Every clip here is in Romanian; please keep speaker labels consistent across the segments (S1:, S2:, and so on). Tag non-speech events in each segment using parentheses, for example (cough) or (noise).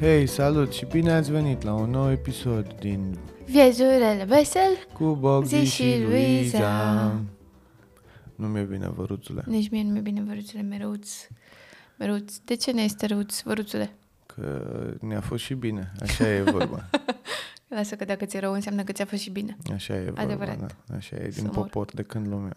S1: Hei, salut și bine ați venit la un nou episod din
S2: Vieți urele vesel,
S1: Cu Bogdi
S2: Zi
S1: și
S2: și
S1: Luiza.
S2: Luiza.
S1: Nu mi-e bine, văruțule,
S2: nici mie nu mi-e bine văruțule, mereuț. Mereuț. De ce ne este răuț, văruțule?
S1: că ne-a fost și bine. Așa e
S2: (laughs)
S1: vorba.
S2: Lasă că dacă ți-e rău înseamnă că ți-a fost și bine.
S1: Așa e vorba,
S2: Adevărat.
S1: Da. Așa e
S2: Să
S1: din
S2: mor.
S1: popor de când lumea.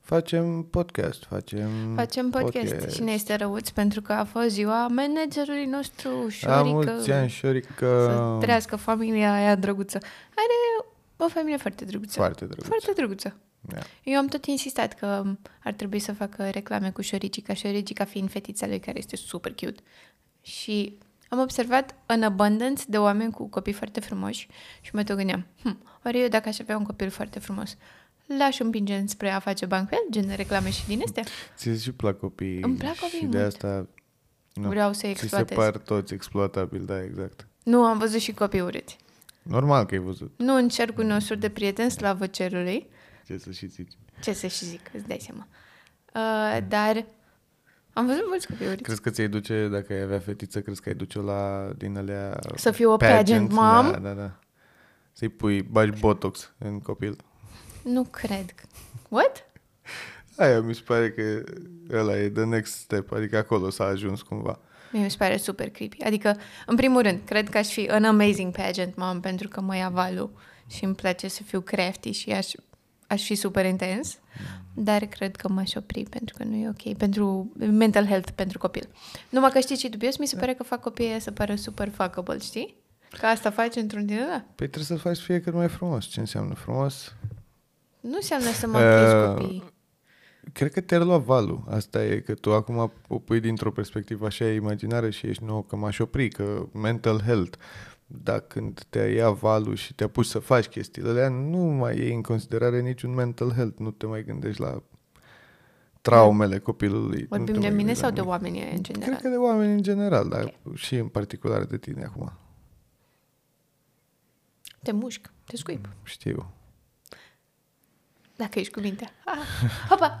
S1: Facem podcast, facem...
S2: Facem podcast, și ne este răuț pentru că a fost ziua managerului nostru,
S1: La
S2: Șorică.
S1: mulți ani, uh, Șorică.
S2: Să trăiască familia aia drăguță. Are o familie foarte drăguță.
S1: Foarte drăguț.
S2: Foarte drăguță.
S1: Da.
S2: Eu am tot insistat că ar trebui să facă reclame cu Șoricica, Șoricica fiind fetița lui care este super cute. Și am observat în abundance de oameni cu copii foarte frumoși și mă tot gândeam, hm, ori eu dacă aș avea un copil foarte frumos, l-aș împinge spre a face bani cu el, gen reclame și din astea.
S1: Ți și plac copiii.
S2: Îmi plac
S1: Și
S2: copiii
S1: de
S2: mult.
S1: asta... Nu.
S2: Vreau să-i
S1: Ți se
S2: exploatez.
S1: par toți exploatabili, da, exact.
S2: Nu, am văzut și copii urâți.
S1: Normal că ai văzut.
S2: Nu în cercul nostru de prieteni, slavă cerului,
S1: Ce să și zici.
S2: ce să și zic, îți dai seama. Uh, dar am văzut mulți copii urâți.
S1: Crezi că ți-ai duce, dacă ai avea fetiță, crezi că ai duce la din alea...
S2: Să fiu o pageant mom?
S1: Da, da, da. Să-i pui, bagi botox în copil.
S2: Nu cred. What?
S1: Aia mi se pare că ăla e the next step, adică acolo s-a ajuns cumva.
S2: Mie mi se pare super creepy. Adică, în primul rând, cred că aș fi an amazing pageant mom pentru că mă ia valul și îmi place să fiu crafty și aș, aș fi super intens. Dar cred că m-aș opri pentru că nu e ok. Pentru mental health pentru copil. Numai că știi ce e dubios? Mi se pare că fac copiii ăia să pară super fuckable, știi? Că asta faci într-un din ăla.
S1: Păi trebuie să faci să fie cât mai frumos. Ce înseamnă frumos?
S2: Nu înseamnă să mă
S1: Uh,
S2: uh, copiii.
S1: Cred că te-ar lua valul. Asta e că tu acum o pui dintr-o perspectivă așa imaginară și ești nou că m-aș opri, că mental health. Dar când te ia valul și te apuci să faci chestiile alea, nu mai iei în considerare niciun mental health. Nu te mai gândești la traumele copilului. Nu te
S2: Vorbim de
S1: mai
S2: mine
S1: gândești la
S2: sau de
S1: nimic.
S2: oamenii ăia în general?
S1: Cred că de oameni în general, dar și în particular de tine acum.
S2: Te mușc, te
S1: Mm.
S2: scuip.
S1: Știu.
S2: Dacă ești cu mintea. Ah, hopa!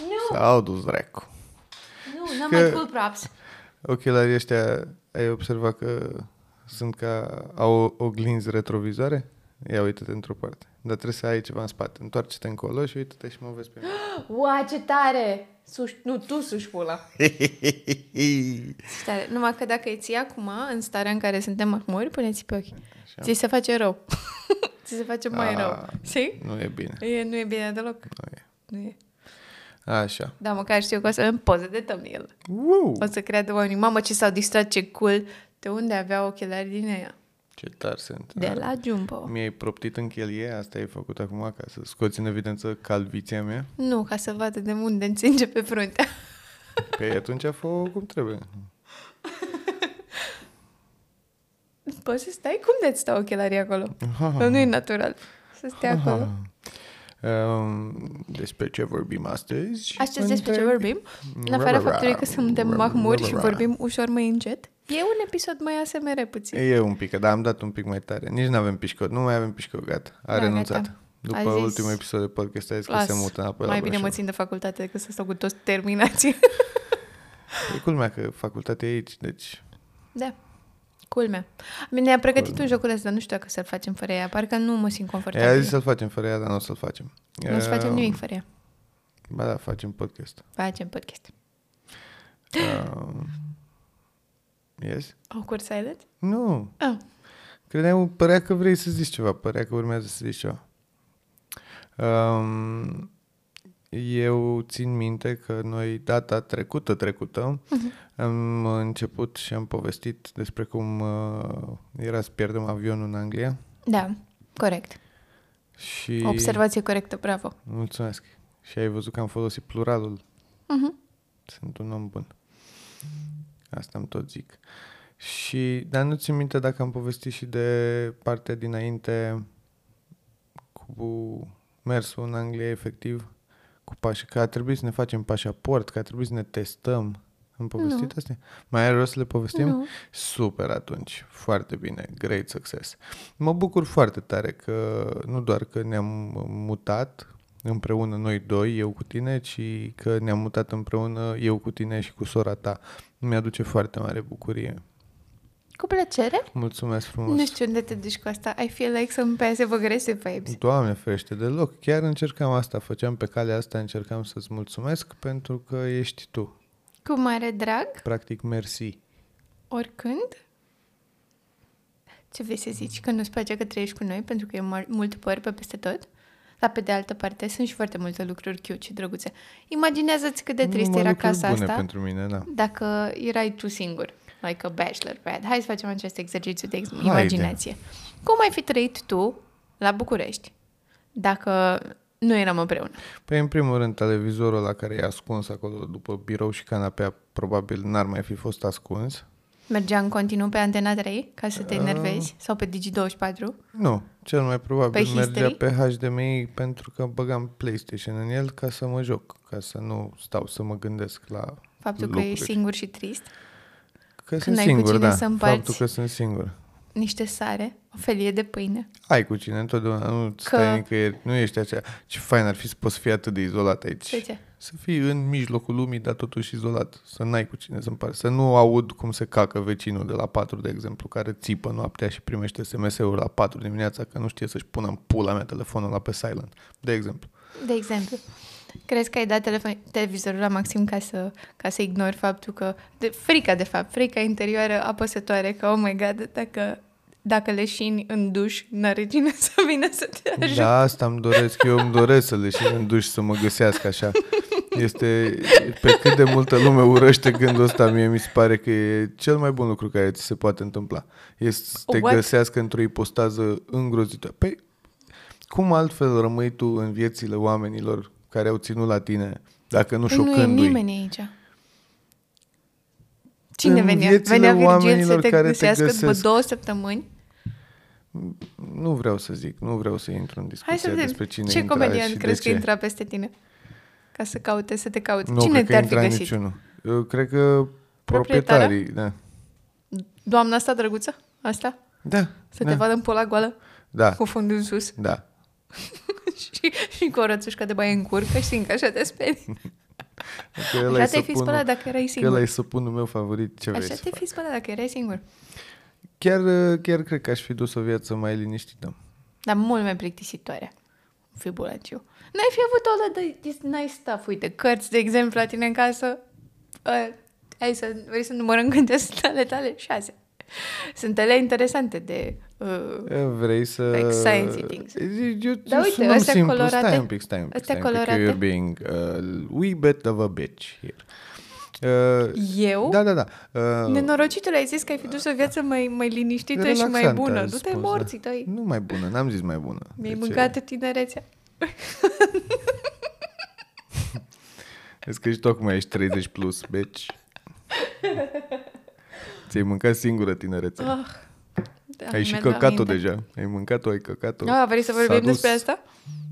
S2: Nu,
S1: S-au dus dracu.
S2: nu, n-am
S1: că-
S2: mai full props.
S1: Ochelarii ăștia, ai observat că sunt ca, au oglinzi retrovizoare? Ia uite-te într-o parte. Dar trebuie să ai ceva în spate. Întoarce-te încolo și uite-te și mă vezi pe
S2: (laughs) Ua, ce tare! Suș... Nu, tu suși pula.
S1: mine.
S2: Ce tare. Numai că dacă îi ții acum, în starea în care suntem mahmuri, puneți pe ochi. Ți se face rău. (laughs) Ți se face mai
S1: A.
S2: rău. Știi?
S1: nu e bine.
S2: E, nu e bine deloc.
S1: Nu e.
S2: Nu e.
S1: Așa.
S2: Da, măcar știu că o să avem poze de thumbnail.
S1: Wow!
S2: O să creadă oamenii, mamă ce s-au distrat, ce cool. De unde avea ochelari din aia?
S1: Ce tari sunt. Ah.
S2: De la Jumbo.
S1: Mi-ai proptit în chelie, asta ai făcut acum, ca să scoți în evidență calviția mea.
S2: Nu, ca să vadă de unde înținge pe fruntea.
S1: Păi atunci a fost cum trebuie.
S2: (laughs) Poți să stai? Cum de-ți stau ochelarii acolo? Că nu e natural să stea acolo.
S1: Ah. Um, despre ce vorbim astăzi?
S2: Astăzi despre ce vorbim, în afara
S1: Ra-ra-ra.
S2: faptului că suntem mahmuri și
S1: Ra-ra-ra.
S2: vorbim ușor mai încet, e un episod mai ASMR puțin.
S1: E un pic, dar am dat un pic mai tare. Nici nu avem pișcot, nu mai avem pișcot, gata. A
S2: Da,
S1: renunțat.
S2: gata.
S1: După
S2: A zis,
S1: ultimul episod de podcast a zis că
S2: Las,
S1: se mută înapoi
S2: mai
S1: la
S2: bine mă
S1: Brașov.
S2: țin de facultate decât să stau cu toți terminații. (laughs)
S1: E culmea că facultatea e aici, deci...
S2: da. Culmea. Bine, Ne-a pregătit un joculeț, dar nu știu dacă să-l facem fără ea. Parcă nu mă simt
S1: E, a
S2: confortabil.
S1: zis să-l facem fără ea, dar nu o să-l facem.
S2: Nu o să facem
S1: Um,
S2: nimic fără ea.
S1: Ba da, facem
S2: (laughs)
S1: podcast.
S2: Facem podcast.
S1: Um, yes?
S2: Awkward silent?
S1: Nu.
S2: Ah,
S1: Credeam, părea că vrei să zici ceva, părea că urmează să zici ceva. Um, eu țin minte că noi data trecută, trecută, am început și am povestit despre cum uh, era să pierdem avionul în Anglia
S2: da, corect.
S1: și...
S2: Observație corectă, bravo.
S1: Mulțumesc. Și ai văzut că am folosit pluralul.
S2: Mhm.
S1: Sunt un om bun. Asta îmi tot zic. Și, dar nu țin minte dacă am povestit și de partea dinainte cu mersul în Anglia efectiv, cu pași, că a trebuit să ne facem pașaport, că a trebuit să ne testăm. Am povestit
S2: Nu.
S1: astea? Mai are rost să le povestim?
S2: Nu.
S1: Super atunci, foarte bine, great success. Mă bucur foarte tare că nu doar că ne-am mutat împreună noi doi, eu cu tine, ci că ne-am mutat împreună eu cu tine și cu sora ta. Mi-aduce foarte mare bucurie.
S2: Cu plăcere.
S1: Mulțumesc frumos.
S2: Nu știu unde te duci cu asta. I feel like some passive aggressive vibes.
S1: Doamne ferește, deloc. Chiar încercam asta, făceam pe calea asta, încercam să-ți mulțumesc pentru că ești tu.
S2: Cu mare drag,
S1: Practic, mersi.
S2: oricând. Ce vei să zici? Că nu-ți place că trăiești cu noi pentru că e mar- mult păr pe peste tot? Dar pe de altă parte sunt și foarte multe lucruri cute și drăguțe. Imaginează-ți cât de trist
S1: Numai
S2: era
S1: lucruri
S2: casa
S1: bune
S2: asta
S1: pentru mine, da.
S2: dacă erai tu singur, like a bachelor pad. Hai să facem acest exercițiu de ex-
S1: Haide.
S2: imaginație. Cum ai fi trăit tu la București dacă nu eram împreună?
S1: Păi, în primul rând, televizorul la care e ascuns acolo după birou și canapea probabil n-ar mai fi fost ascuns.
S2: Mergea în continuu pe Antena 3 ca să te
S1: Uh.
S2: enervezi? Sau pe Digi24?
S1: Nu, cel mai probabil
S2: Pe
S1: mergea
S2: Păi, History?
S1: pe HDMI pentru că băgam PlayStation în el ca să mă joc, ca să nu stau să mă gândesc la
S2: Faptul
S1: lucruri.
S2: că ești singur și trist?
S1: Că
S2: Când
S1: sunt
S2: ai cu
S1: singur,
S2: cine
S1: da.
S2: să împarți.
S1: Faptul că sunt singur.
S2: Niște sare? O felie de pâine?
S1: Ai cu cine întotdeauna, nu că... stai nicăieri, nu ești acea. Ce fain ar fi să poți fi atât de izolat aici.
S2: De ce?
S1: Să fii în mijlocul lumii, dar totuși izolat. Să n-ai cu cine să împarți. Să nu aud cum se cacă vecinul de la 4, de exemplu, care țipă noaptea și primește SMS-uri la 4 dimineața că nu știe să-și pună în pula mea telefonul la pe silent, de exemplu.
S2: De exemplu, crezi că ai dat telefon, televizorul la maxim ca să, ca să ignori faptul că... De, frica, de fapt, frica interioară apăsătoare că, oh my god, dacă, dacă leșini în duș, n-are cine să vină să te ajute.
S1: Da, asta îmi doresc. Eu îmi doresc să le și în duș să mă găsească așa. Este pe cât de multă lume urăște gândul ăsta, mie mi se pare că e cel mai bun lucru care ți se poate întâmpla. Este să te
S2: What?
S1: găsească într-o ipostază îngrozitoare. Păi, cum altfel rămâi tu în viețile oamenilor care au ținut la tine, dacă nu
S2: Păi nu e
S1: șocându-i?
S2: nimeni aici. Cine
S1: În
S2: venea?
S1: viețile
S2: Venea Virgil să
S1: oamenilor
S2: te
S1: care te
S2: găsească după
S1: găsesc.
S2: două săptămâni?
S1: Nu vreau să zic, nu vreau să intru în
S2: Hai să
S1: discuția despre
S2: vedem
S1: cine
S2: ce
S1: intra
S2: comedian
S1: și
S2: crezi
S1: de
S2: că
S1: ce.
S2: intra peste tine. Ca să caute, să te caute.
S1: Nu,
S2: Cine
S1: cred că
S2: te-ar fi
S1: intra
S2: găsit?
S1: niciunul. Eu cred că
S2: Proprietarea?
S1: proprietarii, da.
S2: Doamna asta drăguță? Asta?
S1: Da.
S2: Să
S1: da.
S2: te vadă în pola goală?
S1: Da,
S2: cu fundul în sus (laughs)
S1: da.
S2: și, și cu o rățușcă de baie în cur, că știi că așa te speri.
S1: Că ăla
S2: Așa
S1: e
S2: te-ai fi
S1: săpunul-
S2: spălat dacă erai
S1: Că ăla e
S2: singur.
S1: săpunul meu favorit, ce vrei
S2: Așa
S1: să
S2: te-ai
S1: fac?
S2: fi spălat dacă erai singur.
S1: Chiar, chiar cred că aș fi dus o viață mai liniștită.
S2: Dar mult mai plictisitoare. Fi bulanciu. N-ai fi avut o ăla de this nice stuff, uite, cărți, de exemplu, la tine în casă. Uh, hai să, vrei să numărăm câte sunt ale tale? Șase. Sunt ele interesante de... Uh,
S1: E, Vrei să...
S2: Like science things.
S1: E, Eu
S2: Da, uite,
S1: sunăm
S2: astea
S1: simplu. Stai
S2: colorate.
S1: un pic, stai un pic.
S2: Astea
S1: Stai un pic, că
S2: colorate.
S1: you're being uh, we bit of a bitch here. Uh,
S2: eu?
S1: da, da, da. Uh,
S2: Nenorocitule, ai zis că ai fi dus o viață mai, mai liniștită și mai
S1: relaxantă,
S2: bună.
S1: aș
S2: Du-te
S1: spus,
S2: morții
S1: da.
S2: tăi.
S1: Nu mai bună, n-am zis mai bună.
S2: Mi-ai
S1: Deci,
S2: mâncat tinerețea.
S1: Vezi că și tocmai ești 30 plus, bitch. Ți-ai mâncat singură tinerețea.
S2: Ah, da,
S1: Ai și
S2: mi-aduc
S1: căcat-o
S2: aminte.
S1: deja. Ai mâncat-o, ai căcat-o.
S2: Ah, vrei să
S1: S-a
S2: vorbim
S1: dus.
S2: despre asta?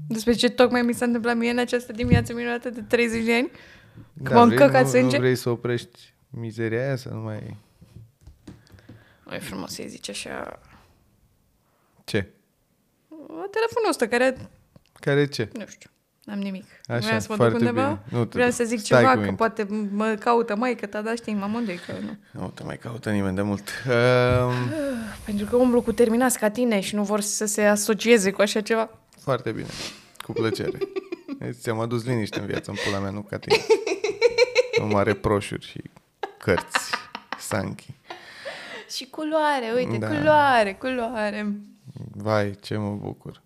S2: Despre ce tocmai mi s-a întâmplat mie în această dimineață minunată de 30 de ani? Că m-am
S1: Da, vrei-
S2: căcat
S1: nu,
S2: sânge?
S1: Nu vrei să oprești mizeria aia să nu mai...
S2: Nu e frumos să-i zici așa...
S1: Ce?
S2: Telefonul ăsta care,
S1: Care ce?
S2: nu știu, n-am nimic.
S1: Așa,
S2: Vreau să mă duc
S1: foarte
S2: undeva,
S1: bine. Nu te
S2: vreau
S1: duc.
S2: să zic
S1: Stai cu
S2: ceva, că
S1: mine.
S2: poate mă caută maică ta, dar știi, m-am unde că nu.
S1: Nu te mai caută nimeni de mult. Um,
S2: Pentru că umblu cu terminați ca tine și nu vor să se asocieze cu așa ceva.
S1: foarte bine. Cu plăcere. Vezi, Ți-am adus liniște în viață, în pula mea, nu ca tine. Numai reproșuri și cărți. Sanchi.
S2: Și culoare, uite,
S1: Da.
S2: culoare, culoare.
S1: Vai, ce mă bucur.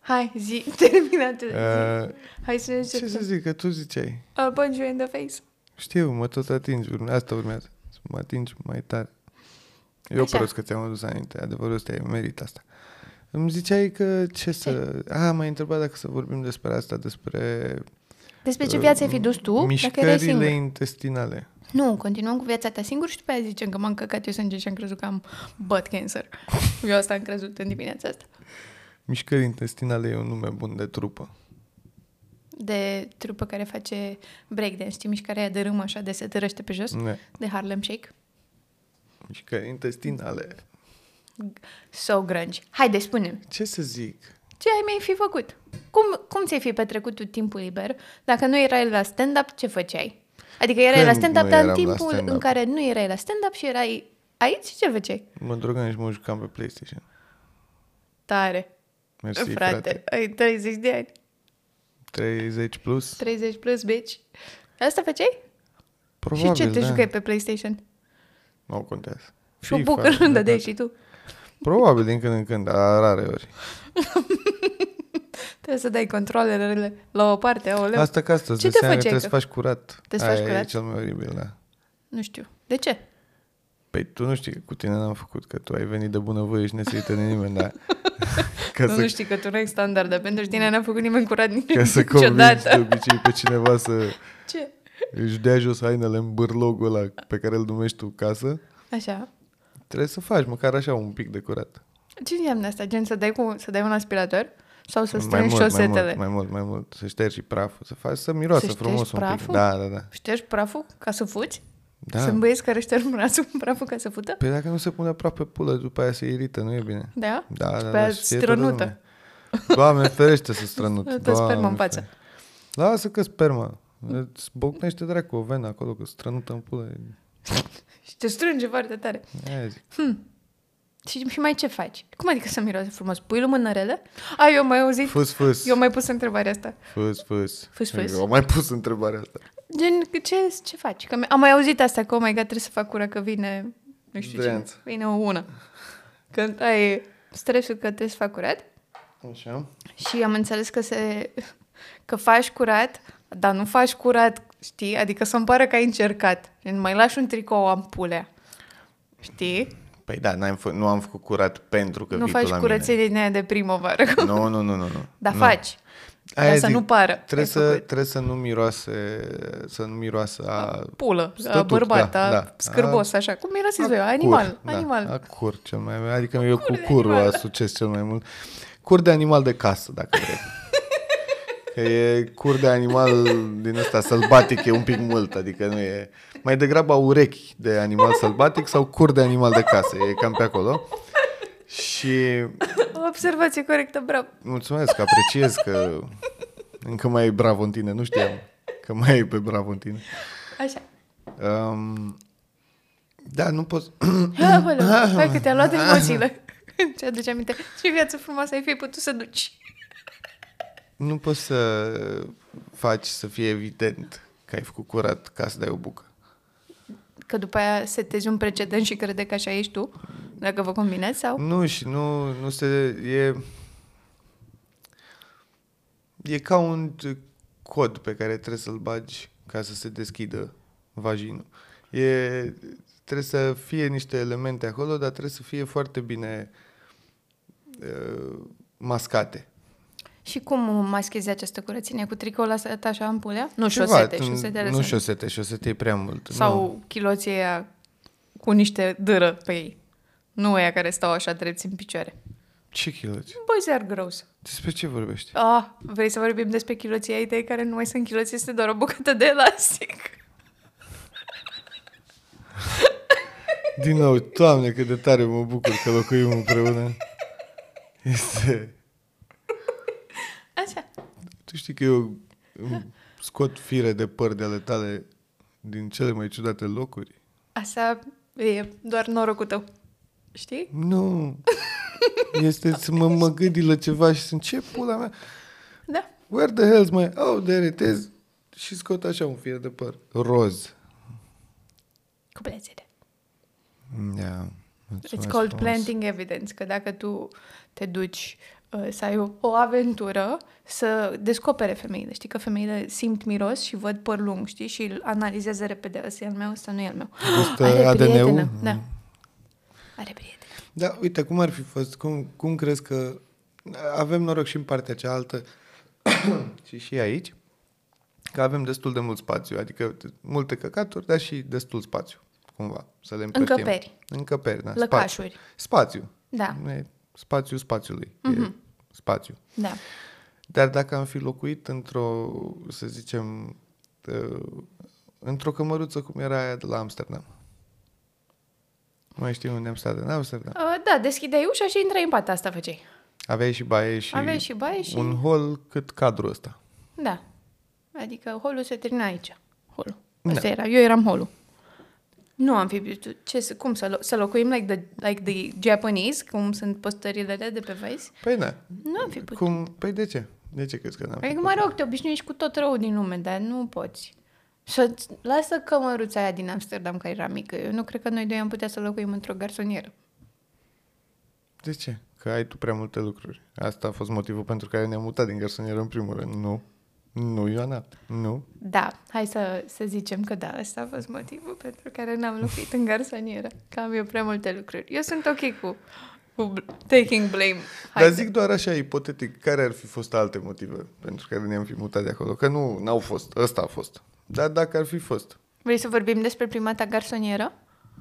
S2: Hai, zi, (laughs) terminatul.
S1: Uh,
S2: Hai să ne
S1: ce să
S2: începem.
S1: zic, că tu ziceai.
S2: I'll punch you in the face.
S1: Știu, mă tot atingi. urme- Asta urmează. Să mă atingi mai tare. Eu
S2: Așa.
S1: prost că ți-am adus aminte. Adevărul ăsta e merit asta. Îmi ziceai că ce să... A, m-ai întrebat dacă să vorbim despre asta, despre...
S2: Despre ce
S1: uh,
S2: viață ai fi dus tu dacă erai
S1: Mișcările
S2: singur?
S1: intestinale.
S2: Nu, continuăm cu viața ta singur și după aia zicem că m-am căcat eu sânge și am crezut că am butt cancer.
S1: (laughs)
S2: Eu asta am crezut în dimineața asta.
S1: Mișcări intestinale e un nume bun de trupă.
S2: De trupă care face breakdance, știi mișcarea aia de râmă așa de se târăște pe jos?
S1: Ne.
S2: De Harlem Shake.
S1: Mișcări intestinale.
S2: So grunge. Haide, spune
S1: Ce să zic?
S2: ce ai mai fi făcut? Cum, cum ți-ai fi petrecut tu timpul liber? Dacă nu erai la stand-up, ce făceai? Adică erai
S1: Când
S2: la stand-up,
S1: nu
S2: dar în
S1: eram la
S2: timpul
S1: stand-up?
S2: în care nu erai la stand-up și erai Aici ce făceai?
S1: Mă drogam și mă jucam pe PlayStation.
S2: Tare.
S1: Mersi, frate.
S2: frate,
S1: frate.
S2: ai 30 de ani.
S1: 30 plus?
S2: 30 plus, bitch. Asta făceai?
S1: Probabil,
S2: și ce te
S1: da.
S2: jucai pe PlayStation?
S1: Nu contează.
S2: Și o bucă nu dădeai și tu.
S1: Probabil din când în când, dar rare ori.
S2: Trebuie să dai controlerele la o parte, aoleu.
S1: Asta ca asta,
S2: Ce
S1: de
S2: te
S1: seara
S2: făceai
S1: trebuie
S2: tu?
S1: să faci curat.
S2: Trebuie să faci
S1: Aia e
S2: curat?
S1: cel mai oribil, da.
S2: Nu știu. De ce?
S1: Păi tu nu știi că cu tine n-am făcut, că tu ai venit de bunăvoie și neserită de nimeni,
S2: (laughs)
S1: dar... ca
S2: Nu, nu știi că tu nu ai standarde. Pentru tine n-a făcut nimeni curat nici,
S1: ca să convingi de
S2: niciodată.
S1: obicei pe cineva să
S2: Ce?
S1: își dea jos hainele în bârlogul ăla pe care îl numești tu casă,
S2: Așa.
S1: trebuie să faci măcar așa un pic de curat.
S2: Ce înseamnă asta? Gen să dai, cu, să dai un aspirator? Sau să
S1: mai
S2: strângi
S1: mult, mai mult,
S2: șosetele?
S1: mai mult, mai mult, să ștergi praful, să faci să miroasă
S2: Să ștergi
S1: frumos un pic.
S2: praful?
S1: Da, da, da.
S2: Ștergi praful ca să fugi?
S1: da.
S2: Sunt băieți care șterg brațul în praful ca să fută?
S1: Păi dacă nu se pune aproape pulă, după aia se irită, nu e bine.
S2: Da?
S1: Da, da,
S2: pe
S1: da,
S2: aia
S1: știe toată
S2: strănută.
S1: lumea. Doamne, ferește să
S2: (laughs)
S1: strănut.
S2: Îți dă
S1: Doamne
S2: spermă în față.
S1: ferește. Lasă că sperma. Îți bocnește dracu o venă acolo, că strănută în pulă.
S2: Și te strânge foarte tare.
S1: Aia zic.
S2: Și, și mai ce faci? Cum adică să miroase frumos? Pui lumânărele? A, eu am mai auzit,
S1: Fâs, fâs.
S2: Păi, eu am mai pus întrebarea asta.
S1: Fâs, fâs.
S2: Fâs, fâs.
S1: Eu am mai pus întrebarea asta.
S2: Gen, ce, ce faci? Că mi- am mai auzit asta, că, oh my god, trebuie să fac cura că vine, nu știu ce,
S1: Dreanț.
S2: vine o ună. Când ai stresul că trebuie să fac curat
S1: Așa.
S2: și am înțeles că se, că faci curat, dar nu faci curat, știi? Adică să-mi pară că ai încercat. Gen, mai lași un tricou am pulea. Știi?
S1: Păi da, n-am fă- nu am făcut curat pentru că
S2: nu
S1: vii
S2: faci
S1: tu la
S2: curățenie din aia de primăvară. (laughs)
S1: mine. Nu, nu, nu, nu. nu.
S2: Dar
S1: nu.
S2: faci. Dar să nu pară.
S1: Trebuie
S2: Ai
S1: să,
S2: făcut. Ah.
S1: trebuie să nu miroase, să nu miroase a...
S2: Pulă,
S1: Stătut,
S2: bărbat,
S1: da,
S2: da,
S1: da.
S2: da. scârbos, așa. Cum miroase
S1: A
S2: eu? Animal,
S1: cur,
S2: animal.
S1: Da, a cur cel mai mult. Adică eu cu
S2: de
S1: curul
S2: animal.
S1: asociez cel mai mult. Cur de animal de casă, dacă
S2: (laughs)
S1: vrei. Că e cur de animal din ăsta sălbatic, e un pic mult, adică nu e... Mai degrabă au urechi de animal sălbatic sau cur de animal de casă, e cam pe acolo. Și
S2: O observație corectă, bravo.
S1: (laughs) mulțumesc, apreciez că încă mai e bravo în tine, nu știam că mai e pe bravo în tine.
S2: Așa.
S1: Um, da, nu pot...
S2: Aoleu, hai că te-a luat emoțiile. (laughs) Ce aduce aminte. Ce viață frumoasă ai fi putut să duci.
S1: Nu poți să faci să fie evident că ai făcut curat ca să dai o bucă.
S2: Că după aia setezi un precedent și crede că așa ești tu, dacă vă combinați sau...
S1: Nu, și nu, nu se... E, e ca un t- cod pe care trebuie să-l bagi ca să se deschidă vajinul. E, trebuie să fie niște elemente acolo, dar trebuie să fie foarte bine uh, mascate.
S2: Și cum maschezi această curățenie? Cu tricoul ăsta așa în pulea? Nu
S1: Ceva,
S2: șosete,
S1: tu-
S2: șosetele
S1: Nu
S2: sunt.
S1: șosete, șosete e prea mult. nu.
S2: Sau chiloții aia cu niște dâră pe ei. Nu aia care stau așa drepți în picioare.
S1: Ce chiloți?
S2: Boys are gross.
S1: Despre ce vorbești?
S2: Ah, vrei să vorbim despre chiloții ai tăi care nu mai sunt chiloți, este doar o bucată de elastic.
S1: Din nou, doamne, cât de tare mă bucur că locuim împreună. Este...
S2: Așa.
S1: Tu știi că eu îmi scot fire de păr de ale tale din cele mai ciudate locuri?
S2: Asta e doar norocul tău. Știi?
S1: Nu. Este să mă, mă gândi la ceva și sunt ce pula mea.
S2: Da.
S1: Where the hell's my... Oh, there it is. Și scot așa un fir de păr. Roz.
S2: Cu plăcere.
S1: Da.
S2: It's called planting evidence, că dacă tu te duci uh, să ai o, o aventură, să descopere femeile. Știi că femeile simt miros și văd păr lung, știi? Și îl analizează repede. Ăsta e al meu, ăsta nu e al meu.
S1: Gustă
S2: Are
S1: ADN-ul?
S2: prietenă. Da. Are prietenă.
S1: Da, uite, cum ar fi fost? Cum, cum crezi că avem noroc și în partea cealaltă (clears throat) și și aici, că avem destul de mult spațiu, adică multe căcaturi, dar și destul spațiu, cumva, să le împărțim.
S2: Încăperi.
S1: Încăperi, da.
S2: Lăcașuri.
S1: Spațiu.
S2: Da. Mhm.
S1: spațiu. E spațiu spațiului. Mm-hmm. E spațiu.
S2: Da.
S1: Dar dacă am fi locuit într-o, să zicem, uh, într-o cămăruță cum era aia de la Amsterdam. Nu mai știu unde am stat, în Amsterdam.
S2: Uh, da, deschideai ușa și intrai în pat. Asta făceai.
S1: Aveai și baie și,
S2: Aveai și baie și-
S1: un hol cât cadrul ăsta.
S2: Da. Adică holul se termina aici. Holul.
S1: Da.
S2: Asta era. Eu eram holul. Nu am fi putut. Ce, să- cum să, lo- să locuim like the, like the Japanese, cum sunt postările alea de pe Vice?
S1: Păi da.
S2: Nu am fi putut.
S1: Cum? Păi de ce? De ce crezi că n-am?
S2: Adică, mă rog, te obișnuiești cu tot rău din lume, dar nu poți. Și lasă cămăruța aia din Amsterdam care era mică. Eu nu cred că noi doi am putea să locuim într-o garsonieră.
S1: De ce? Că ai tu prea multe lucruri. Asta a fost motivul pentru care ne-am mutat din garsonieră în primul rând. Nu. Nu, Ioana. Nu.
S2: Da, hai să, să zicem că da, ăsta a fost motivul pentru care n-am locuit în garsonieră. Că am eu prea multe lucruri. Eu sunt ok cu, cu bl- taking blame. Hai
S1: Dar
S2: să-
S1: zic doar așa, ipotetic, care ar fi fost alte motive pentru care ne-am fi mutat de acolo? Că nu, n-au fost. Ăsta a fost. Dar dacă ar fi fost.
S2: Vrei să vorbim despre prima ta garsonieră?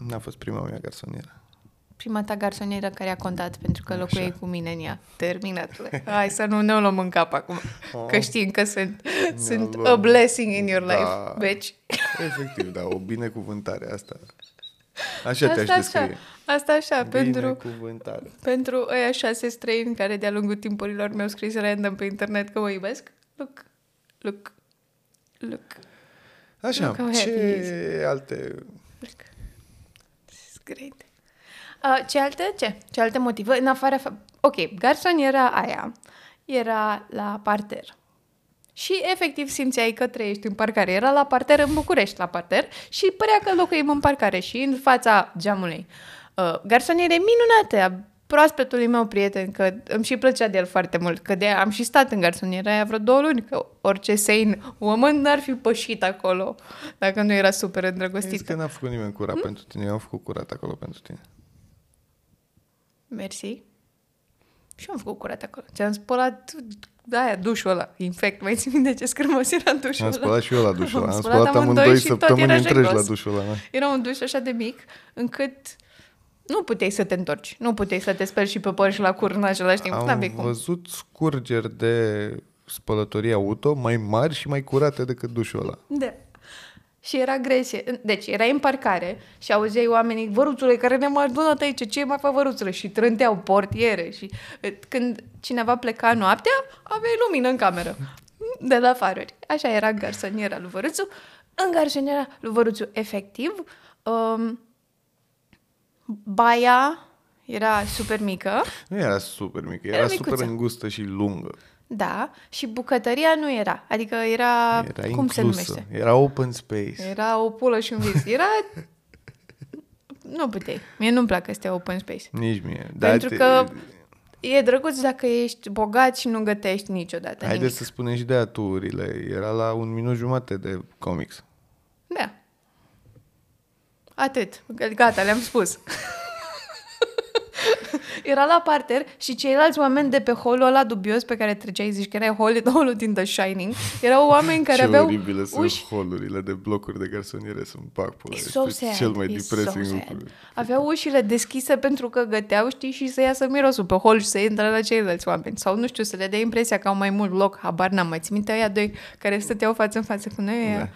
S1: N-a fost prima mea
S2: (laughs)
S1: garsonieră.
S2: Prima ta garsonieră care a contat pentru că
S1: Așa.
S2: locuiei cu mine în ea.
S1: (laughs)
S2: Terminat. Hai să nu ne o luăm în cap acum. Că știm că sunt, sunt a
S1: luăm.
S2: blessing in your
S1: Oh. Da.
S2: life, Deci, bitch.
S1: Efectiv, da, o binecuvântare asta. Așa te-aș
S2: asta așa,
S1: descrie.
S2: asta așa pentru,
S1: Binecuvântare.
S2: pentru ăia șase străini care de-a lungul timpurilor mi-au scris random pe internet că mă iubesc. Look, look, look,
S1: Așa,
S2: Look how happy he
S1: ce alte...
S2: look. This is great. Uh, ce alte? Ce? Ce alte motive? În afară... fa- Ok, garsoniera aia era la parter. Și efectiv simțeai că trăiești în parcare. Era la parter în București, la parter, și părea că locuim în parcare și în fața geamului. Uh, garsoniere minunate a proaspetului meu prieten, că îmi și plăcea de el foarte mult, că de am și stat în garsoniera aia vreo două luni, că orice sein woman n-ar fi pășit acolo dacă nu era super
S1: Știți
S2: îndrăgostită.
S1: că n-a făcut nimeni curat
S2: Hmm?
S1: pentru tine, eu am făcut curat acolo pentru tine.
S2: Mersi. Și eu am făcut curat acolo. Ți-am spălat da, aia, dușul ăla. Infect, mai ții minte ce scârmos era dușul
S1: Am
S2: ăla?
S1: spălat și eu la dușul ăla.
S2: (laughs) Am
S1: Am
S2: spălat
S1: spălat
S2: amândoi
S1: amândoi
S2: și tot era
S1: săptămâni întregi la
S2: jegos.
S1: dușul ăla.
S2: Era un duș așa de mic, încât nu puteai să te întorci. Nu puteai să te speli și pe păr și la cur în același timp. N-avei
S1: Am
S2: cum.
S1: văzut scurgeri de spălătorie auto mai mari și mai curate decât dușul ăla.
S2: Da. Și era gresie. Deci, era în parcare și auzeai oamenii, văruțule, care ne-am adunat aici, ce mai fac văruțule? Și trânteau portiere și eh, când cineva pleca noaptea, aveai lumină în cameră. De la faruri. Așa era garsoniera lui Văruțu. În garsoniera lui Văruțu, efectiv, um, baia era super mică.
S1: Nu era super mică, era,
S2: Era
S1: super
S2: micuță.
S1: îngustă și lungă.
S2: Da, și bucătăria nu era. Adică era,
S1: Era
S2: cum
S1: inclusă.
S2: se numește?
S1: Era open space.
S2: Era o pulă și un
S1: (laughs)
S2: vis. Era... nu puteai. Mie nu-mi plac astea open space.
S1: Nici mie.
S2: Da,
S1: Dar
S2: pentru
S1: te-
S2: că e drăguț dacă ești bogat și nu gătești niciodată
S1: Haide
S2: nimic.
S1: să spunem și de aturile. Era la un minut jumate de comics.
S2: Da. Atât. Gata, le-am
S1: (laughs)
S2: spus. Era la parter și ceilalți oameni de pe holul ăla dubios pe care treceai, zici că era holul, holul din The Shining, erau oameni care
S1: Ce
S2: aveau
S1: oribile
S2: uși
S1: sunt holurile de blocuri de garsoniere. Sunt pac pula.
S2: It's
S1: Este
S2: so sad.
S1: Cel mai
S2: It's so
S1: depressing
S2: sad.
S1: lucru.
S2: Aveau ușile deschise pentru că găteau, știi, și să iasă mirosul pe hol și să intre la ceilalți oameni. Sau, nu știu, să le dea impresia că au mai mult loc, habar n-am mai țin minte ăia doi care stăteau față în față cu noi, ăia,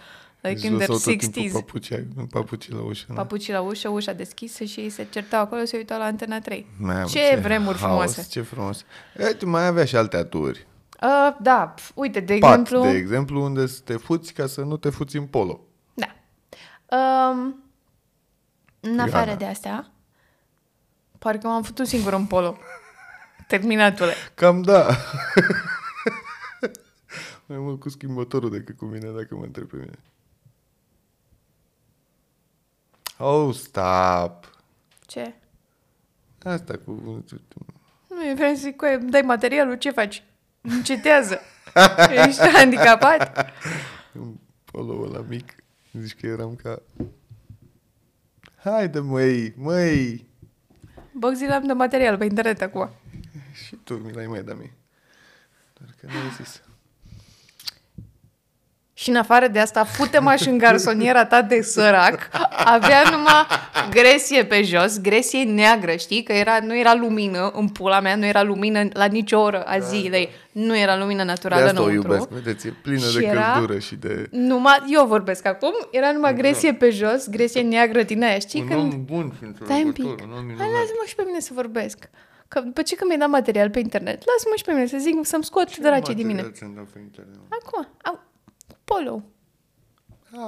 S2: like in
S1: Jos au
S2: their
S1: Da. Deci tot timpul
S2: 60s.
S1: Papuci, ai- papuci la ușă. nu?
S2: Papucii la ușă, ușa deschisă și ei se certau acolo, se uitau la Antena 3.
S1: Mamă,
S2: ce, vremuri
S1: haos,
S2: frumoase!
S1: Ce frumos. E, tu mai avea și alte aturi.
S2: Uh, da, pf, uite, de
S1: Pat,
S2: exemplu...
S1: de exemplu, unde să te fuți ca să nu te fuți în polo.
S2: Da. Um, în afară
S1: Ioana.
S2: de astea, parcă m-am făcut singur în polo. Terminatule.
S1: Cam da. (laughs) mai mult cu schimbătorul decât cu mine, dacă mă întreb pe mine. Oh, stop.
S2: Ce?
S1: Asta cu...
S2: Nu, eu vreau să zic, coaie, îmi dai materialul, ce faci? Încetează. Ești handicapat?
S1: Polo ăla mic. Zici că eram ca... Haide, măi, măi!
S2: Boxilam de material pe internet acum.
S1: Și tu mi l-ai mai dat mie. Doar că nu ai zis.
S2: Și în afară de asta, futem aș în garsoniera ta de sărac, avea numai gresie pe jos, gresie neagră, știi? Că era, nu era lumină în pula mea, nu era lumină la nicio oră a zilei, nu era lumină
S1: Da, De
S2: naturală
S1: asta o
S2: înăuntru.
S1: iubesc, vedeți, e plină
S2: Și
S1: de
S2: era-
S1: căldură și de...
S2: Numai, eu vorbesc acum, era numai gresie pe jos, gresie neagră din aia, știi?
S1: Da. un
S2: Când-
S1: om bun și într-o
S2: Stai un pic.
S1: un om
S2: Hai,
S1: minunat.
S2: lasă-mă și pe mine să vorbesc. Că după ce că mi-ai dat material pe internet, lasă-mă și pe mine să zic, să-mi scot dracii din mine.
S1: Material ți-am dat pe internet, mă.
S2: Acum, au, polo.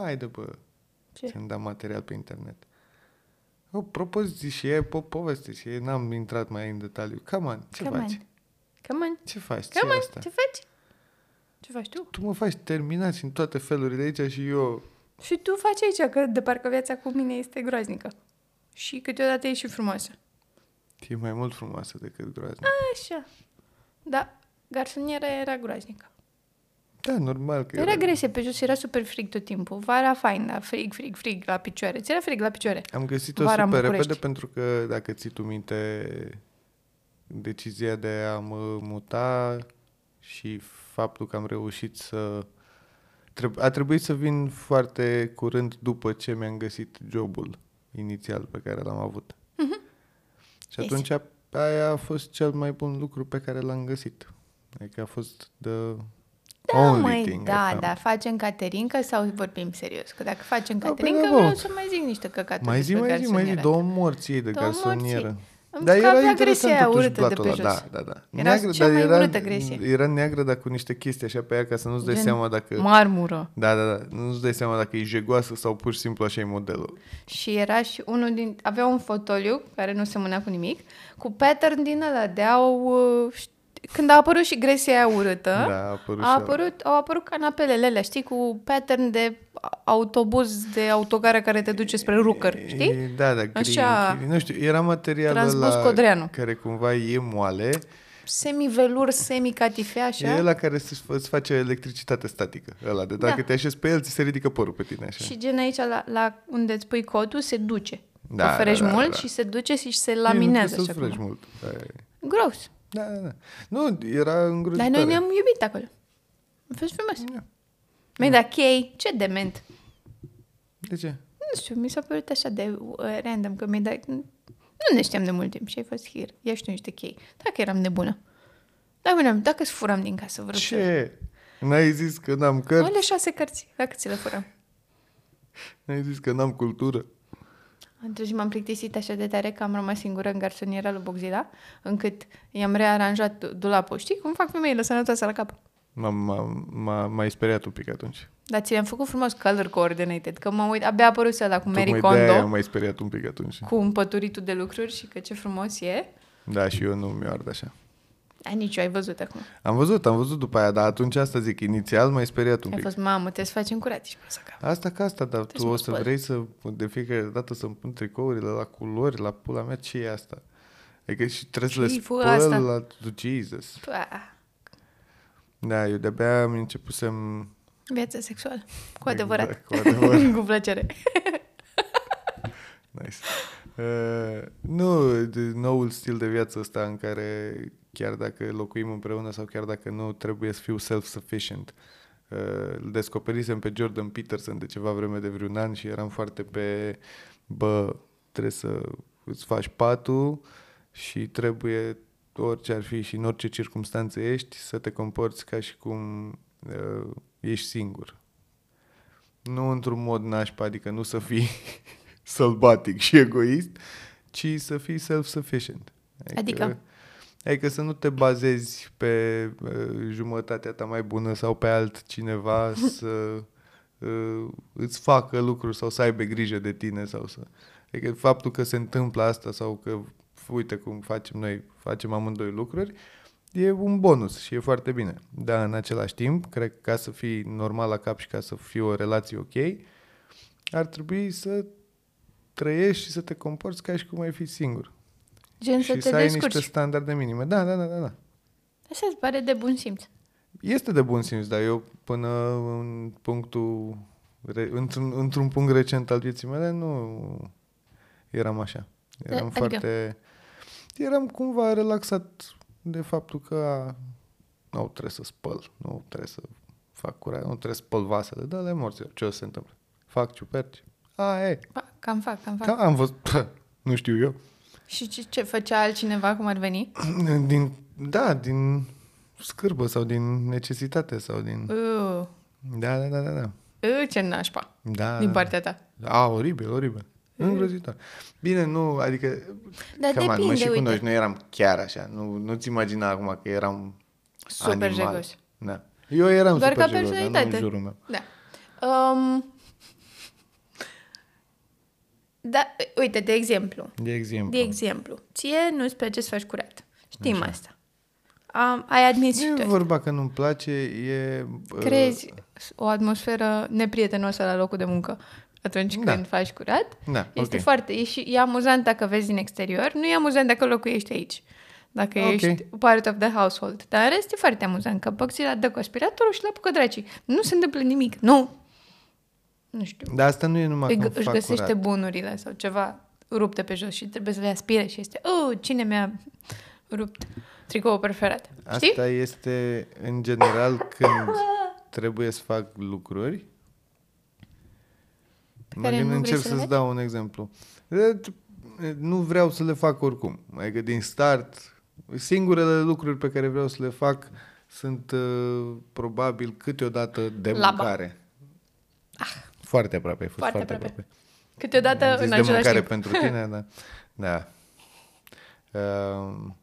S1: Haide, bă.
S2: Ce?
S1: Ți-am dat material pe internet. O propoziții și e po- poveste și e, n-am intrat mai în detaliu. Come on, ce
S2: Come
S1: faci?
S2: on. Come on.
S1: Ce faci?
S2: Come
S1: ce
S2: on.
S1: asta?
S2: Ce faci? Ce faci tu?
S1: Tu mă faci terminați în toate felurile aici și eu...
S2: Și tu faci aici, că de parcă viața cu mine este groaznică. Și câteodată e și frumoasă.
S1: E mai mult frumoasă decât groaznică.
S2: Așa. Da, garsoniera era groaznică.
S1: Da, normal că
S2: Era grese pe jos, era super frig tot timpul. Vara fain, dar frig, frig, frig la picioare. Ți era frig la picioare.
S1: Am găsit-o
S2: Vara în
S1: super
S2: București.
S1: repede pentru că, dacă ții tu minte, decizia de a mă muta și faptul că am reușit să... treb- A trebuit să vin foarte curând după ce mi-am găsit jobul inițial pe care l-am avut.
S2: Mhm.
S1: Și
S2: Yes.
S1: atunci aia a fost cel mai bun lucru pe care l-am găsit. Adică a fost the
S2: Da,
S1: only
S2: măi,
S1: thing. I
S2: da,
S1: found.
S2: da, facem caterincă sau vorbim serios? Că dacă facem
S1: Da, pe
S2: caterincă,
S1: la
S2: vreau
S1: bot.
S2: să mai zic niște căcaturi
S1: Mai zi,
S2: despre
S1: mai zi, mai zi,
S2: garsoniera.
S1: două morți ei de
S2: Două
S1: garsonieră.
S2: morții. Îmi scapea gresia aia urâtă de pe
S1: blatul ăla.
S2: jos.
S1: Da, da, da.
S2: Era cea
S1: dar
S2: mai
S1: era,
S2: urâtă gresie.
S1: Era neagră, dar cu niște chestii așa pe ea ca să nu-ți dai
S2: Gen
S1: seama dacă...
S2: Marmură.
S1: Da, da, da. Nu-ți dai seama dacă e jegoasă sau pur și simplu așa e modelul.
S2: Și era și unul din... Avea un fotoliu care nu semăna cu nimic, cu pattern din ăla de au... uh, șt- Când a apărut și gresia aia urâtă,
S1: Da, a apărut
S2: a
S1: și ăla.
S2: apărut, au apărut canapelele alea, știi, cu pattern de a- autobuz, de autogară care te duce spre Rucăr, știi?
S1: E, Da, da, green,
S2: Așa.
S1: green. Nu știu, era materialul
S2: Transbus
S1: ăla
S2: Codreanu.
S1: care cumva e moale.
S2: Semi-velur, semi-catifea, așa.
S1: E ăla care să- îți face electricitate statică. Ăla de dacă
S2: Da.
S1: te așezi pe el, ți se ridică părul pe tine așa.
S2: Și gen aici, la, la unde îți pui cotul, se duce.
S1: Da,
S2: Da, o frești
S1: da, da,
S2: mult
S1: da.
S2: și se duce și se
S1: Ei, nu
S2: laminează.
S1: trebuie
S2: așa
S1: să frăgi
S2: cumva.
S1: mult. Aia e.
S2: Gros.
S1: Da, da, da. Nu, era
S2: Dar
S1: îngrozitoare.
S2: noi ne-am iubit acolo. A fost frumos.
S1: Da.
S2: Măi, dar chei, ce dement.
S1: De ce?
S2: Nu știu, mi s-a părut așa de uh, random că mi-ai dat... Nu ne știam de mult timp și ai fost here. Ia și tu niște chei. Dacă eram nebună. Da, veneam, dacă îți furam din casă, vreau să...
S1: Ce? N-ai zis că n-am cărți?
S2: Alea șase cărți, dacă ți le furam.
S1: N-ai zis că n-am cultură?
S2: Între și m-am plictisit așa de tare că am rămas singură în garsoniera lui Boxila, încât i-am rearanjat du- dulapul. Știi cum fac femeile sănătoase la cap?
S1: M-a, m-a, m-a, m-ai speriat un pic atunci.
S2: Dar ți le-am făcut frumos color coordinated, că mă uit, abia apăruse ăla cu Mary
S1: Tocmai de-aia
S2: Kondo,
S1: m-ai speriat un pic atunci.
S2: cu împăturitul de lucruri și că ce frumos e.
S1: Da, și eu nu mi-o ard așa.
S2: Dar nici eu ai văzut acum.
S1: Am văzut, am văzut după aia, dar atunci asta zic, inițial m-ai speriat un
S2: Ai
S1: pic.
S2: fost, mamă, trebuie să facem curat și pe cap.
S1: Asta ca asta, dar
S2: să
S1: tu
S2: mă
S1: o să
S2: spăl.
S1: vrei să, de fiecare dată să-mi pun tricourile la culori, la pula mea, ce e asta? Adică și trebuie să le
S2: Ce-i
S1: spăl
S2: fă asta?
S1: la... Jesus.
S2: Pa,
S1: Da, eu de-abia am începusem
S2: viața sexuală. Cu adevărat.
S1: Exact, cu adevărat.
S2: (laughs) cu plăcere.
S1: Nice. Uh, nu, de, noul stil de viață ăsta în care chiar dacă locuim împreună sau chiar dacă nu, trebuie să fiu self-sufficient. Uh, îl descoperisem pe Jordan Peterson de ceva vreme de vreun an și eram foarte pe, bă, trebuie să îți faci patul și trebuie, orice ar fi și în orice circunstanță ești, să te comporți ca și cum uh, ești singur. Nu într-un mod nașpa, adică nu să fii (laughs) sălbatic și egoist, ci să fii self-sufficient.
S2: Adică?
S1: Adică să nu te bazezi pe uh, jumătatea ta mai bună sau pe altcineva să uh, îți facă lucruri sau să aibă grijă de tine sau să... Adică faptul că se întâmplă asta sau că uite cum facem noi, facem amândoi lucruri, e un bonus și e foarte bine. Dar în același timp, cred că ca să fii normal la cap și ca să fie o relație ok, ar trebui să trăiești și să te comporți ca și cum ai fi singur.
S2: Gen să
S1: și
S2: te
S1: să ai niște
S2: descurci.
S1: standarde minime. Da, da, da, da, da.
S2: Așa îți pare de bun simț.
S1: Este de bun simț, dar eu până în punctul re- într-un, într-un punct recent al vieții mele nu eram așa. Eram
S2: Adică?
S1: foarte... Eram cumva relaxat de faptul că nu trebuie să spăl, nu trebuie să fac curat, nu trebuie să spăl vasele, da, le morților, ce o să se întâmple? Fac ciuperci? A, e,
S2: Ba, Cam fac, cam fac.
S1: ca am văzut, (clears throat) nu știu eu.
S2: Și ce, ce făcea altcineva, cum ar veni?
S1: Din, da, din scârbă sau din necesitate sau din...
S2: Uh,
S1: Da, da, da, da, da.
S2: uh, ce nașpa
S1: Da.
S2: din partea ta.
S1: A, oribil, oribil. Îngrozitor. Bine, nu, adică...
S2: Dar
S1: come on, mă,
S2: depinde,
S1: și cu
S2: uite.
S1: deci noi, noi eram chiar așa. Nu, nu-ți imagina acum că eram
S2: Super
S1: animal.
S2: jegos.
S1: Da. Eu eram
S2: Doar
S1: super
S2: ca
S1: jegos, dar nu
S2: Da.
S1: în
S2: Um, personalitate.
S1: jurul meu.
S2: Da. Um, Da, uite, de exemplu.
S1: De exemplu.
S2: De exemplu. Ție nu-ți place să faci curat. Știm Așa. asta. Am, ai admis și
S1: Nu e
S2: tu.
S1: vorba că nu-mi place, e... uh,
S2: Crezi o atmosferă neprietenoasă la locul de muncă atunci
S1: Da.
S2: da. când faci curat.
S1: Da,
S2: Este
S1: ok.
S2: foarte... E, și, e amuzant dacă vezi din exterior, nu e amuzant dacă locuiești aici. Dacă
S1: Ok.
S2: okay. ești part of the household. Dar în rest e foarte amuzant, că băgți la dă cu aspiratorul și la apucă dracii. Nu se întâmplă nimic. Nu! Nu știu.
S1: uh, Dar asta nu e numai
S2: Îi,
S1: că
S2: își
S1: fac
S2: găsește
S1: curat.
S2: bunurile sau ceva rupte pe jos și trebuie să le aspire și este oh, cine mi-a rupt tricoul preferat. Știi?
S1: Asta este, în general, când trebuie să fac lucruri.
S2: Pe
S1: Mă
S2: care
S1: gândesc-
S2: nu vrei
S1: încerc
S2: să le
S1: să-ți
S2: faci?
S1: dau un exemplu. E, t- Nu vreau să le fac oricum. Adică din start, singurele lucruri pe care vreau să le fac sunt uh, probabil câteodată de
S2: Laba. Ah.
S1: mâncare. Foarte aproape, ai fost foarte,
S2: Foarte
S1: foarte aproape.
S2: aproape. Câteodată
S1: Am zis
S2: în
S1: de
S2: același
S1: mâncare
S2: timp.
S1: pentru
S2: (laughs)
S1: tine, da. da. Um,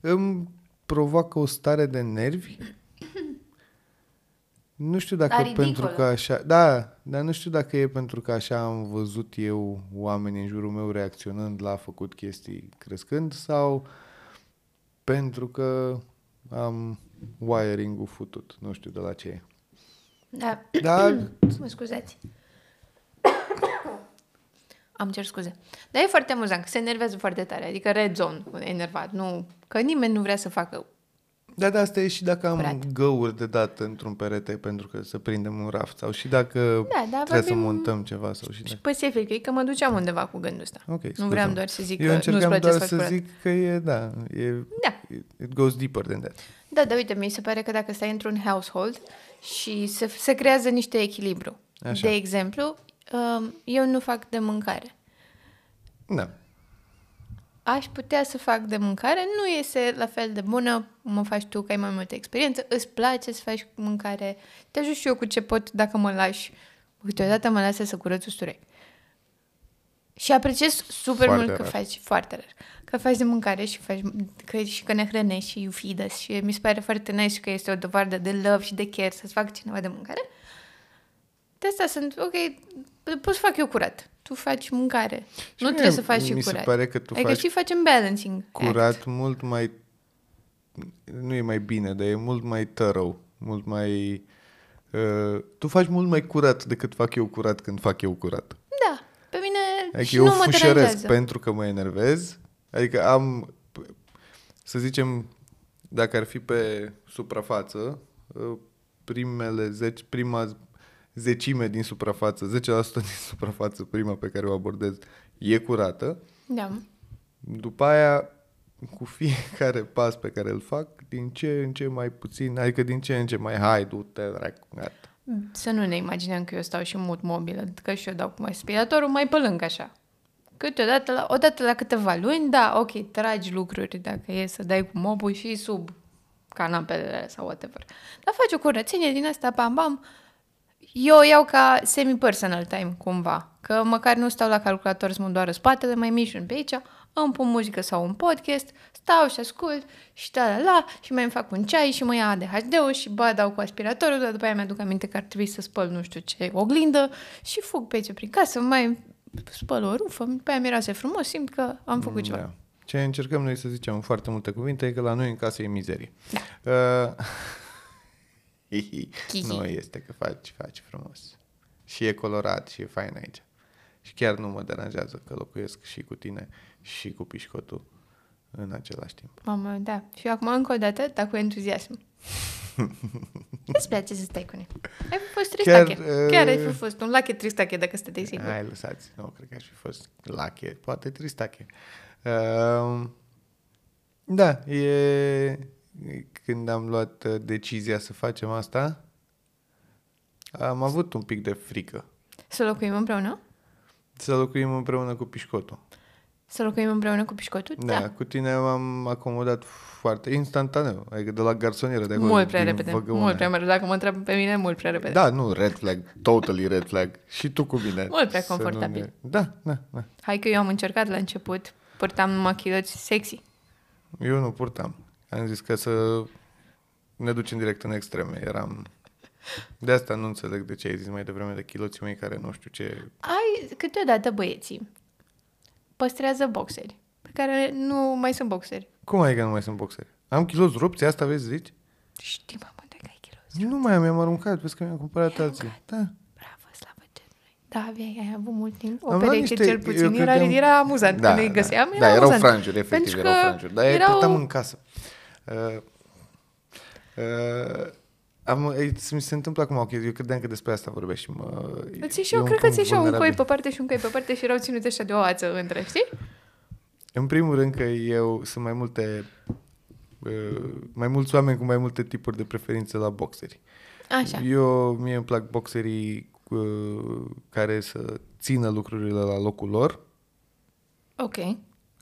S1: îmi provoacă o stare de nervi. Nu știu dacă
S2: Dar
S1: Dar pentru
S2: ridicolă.
S1: că așa... Da, dar nu știu dacă e pentru că așa am văzut eu oamenii în jurul meu reacționând la făcut chestii crescând sau pentru că am wiring-ul futut. Nu știu de la ce
S2: (clears throat)
S1: e.
S2: Da,
S1: Dar
S2: mă scuzați. (coughs) Am cer scuze. Dar e foarte amuzant, că se enervează foarte tare. Adică red zone, enervat. Nu, că nimeni nu vrea să facă.
S1: Da, da, asta e și dacă am
S2: Curat.
S1: găuri de dat într-un perete pentru că să prindem un raft sau și dacă
S2: Da, da,
S1: trebuie să
S2: vorbim-
S1: montăm ceva sau și dacă...
S2: Specific, că mă duceam undeva cu gândul ăsta.
S1: Ok,
S2: nu
S1: scuze-mă.
S2: vreau doar să zic
S1: Eu
S2: că nu-ți
S1: încercam
S2: place
S1: doar
S2: să faci
S1: să
S2: curat.
S1: zic că e, da, e,
S2: Da.
S1: it goes deeper than that.
S2: Da, da, uite, mi se pare că dacă stai într-un household și se, se creează niște echilibru.
S1: Așa.
S2: De exemplu, um, eu nu fac de mâncare.
S1: Da,
S2: aș putea să fac de mâncare, nu iese la fel de bună, mă faci tu că ai mai multă experiență, îți place să faci mâncare, te ajut și eu cu ce pot dacă mă lași. Câteodată mă lasă să curăț usturoi. Și apreciez super
S1: Foarte
S2: mult că
S1: rar.
S2: faci foarte rar. Că faci de mâncare și, faci, că, și că ne hrănești și you feed us. Și mi se pare foarte nice și că este o dovadă de love și de care să-ți fac cineva de mâncare. De asta sunt, ok, pot să fac eu curat. Tu faci mâncare. nu
S1: mie
S2: trebuie să faci și
S1: mi se
S2: curat.
S1: pare că tu
S2: adică
S1: faci
S2: și facem balancing.
S1: curat
S2: Act.
S1: mult mai... Nu e mai bine, dar e mult mai thorough, mult mai... Uh, tu faci mult mai curat decât fac eu curat când fac eu curat.
S2: Da, pe mine
S1: Adică
S2: și
S1: eu
S2: nu mă
S1: fușăresc
S2: deranjează.
S1: pentru că mă enervez. Adică am, să zicem, dacă ar fi pe suprafață, uh, primele zeci, prima zecime din suprafață, 10% din suprafață, prima pe care o abordez, e curată.
S2: Da.
S1: După aia, cu fiecare pas pe care îl fac, din ce în ce mai puțin, adică din ce în ce mai, hai, du-te, dracu, gata.
S2: Să nu ne imaginăm că eu stau și mut mobilă, că și eu dau cu aspiratorul, mai pălâng așa. Câteodată, la, odată la câteva luni, da, ok, tragi lucruri dacă e să dai cu mobul și sub canapelele alea sau whatever. Dar faci o curățenie din asta, bam, bam, eu o iau ca semi-personal time, cumva. Că măcar nu stau la calculator să mă doară spatele, mai mișun pe aici, îmi pun muzică sau un podcast, stau și ascult și da, la, la, și mai îmi fac un ceai și mă ia ADHD-ul și bă, dau cu aspiratorul, dar după aia mi-aduc aminte că ar trebui să spăl nu știu ce oglindă și fug pe aici prin casă, mai spăl o rufă, după aia miroase frumos, simt că am făcut ceva.
S1: Da. Ce încercăm noi să zicem în foarte multe cuvinte e că la noi în casă e mizerie. Uh,
S2: Hihi.
S1: (laughs) nu este că faci, faci frumos. Și e colorat și e fain aici. Și chiar nu mă deranjează că locuiesc și cu tine și cu pișcotul în același timp.
S2: Mamă, da. Și eu acum încă o dată, dar
S1: (laughs)
S2: cu entuziasm. Îți place să stai cu noi. Ai fost tristache.
S1: Chiar, uh,
S2: Chiar,
S1: e-
S2: Chiar ai fi fost un lache tristache dacă stăteai singur.
S1: Hai, lăsați. Nu, cred că aș fi fost lache, poate tristache. Uh, da, e... Când am luat uh, decizia să facem asta, am avut un pic de frică.
S2: Să locuim împreună?
S1: Să locuim împreună cu pișcotul.
S2: Să locuim împreună cu pișcotul?
S1: Da, da, cu tine m-am acomodat foarte instantaneu, adică de la garsonieră de acolo.
S2: Mult prea
S1: din
S2: repede.
S1: văgăune.
S2: Mult prea repede. Dacă mă întreabă pe mine, mult prea repede.
S1: Da, nu, red flag, totally red flag. Și tu cu mine.
S2: Mult prea
S1: Să nu
S2: confortabil.
S1: ne- Da, da, da.
S2: Hai că eu am încercat la început. Purtam numai chiloți sexy.
S1: Eu nu purtam. Am zis că să ne ducem direct în extreme. Eram De asta nu înțeleg de ce ai zis mai devreme de chiloții mei care nu știu ce...
S2: Ai, câteodată băieții păstrează boxeri, pe care nu mai sunt boxeri.
S1: Cum ai că nu mai sunt boxeri? Am chiloți rupți, asta vezi să zici?
S2: Știi, mamă, de că ai kilos.
S1: Nu mai am, mi-am aruncat, vezi că mi-am cumpărat
S2: Ai
S1: alții. Da.
S2: Bravo, slavă cerului. Da, aveai, ai avut mult timp. O
S1: Am luat
S2: pereche
S1: niște-
S2: cel
S1: eu
S2: puțin era,
S1: credeam-
S2: era amuzant. Da, Când îi
S1: da.
S2: găseam, era
S1: da, erau
S2: amuzant.
S1: franjuri, efectiv,
S2: Pentru
S1: erau
S2: că
S1: franjuri. Dar erau...
S2: erau-
S1: purtam în casă. Uh, uh, am, e, mi se întâmplă acum o chestie. Eu credeam că despre asta vorbești și mă... e
S2: Îți ieșeau,
S1: un
S2: cred că
S1: punct
S2: ți ieșeau un
S1: vulnerabil.
S2: coi pe parte și un coi pe parte și erau ținuți așa de o ață între, știi?
S1: În primul rând că eu sunt mai multe uh, mai mulți oameni cu mai multe tipuri de preferințe la boxeri.
S2: Așa.
S1: Eu, mie îmi plac boxerii uh, care să țină lucrurile la locul lor.
S2: Ok.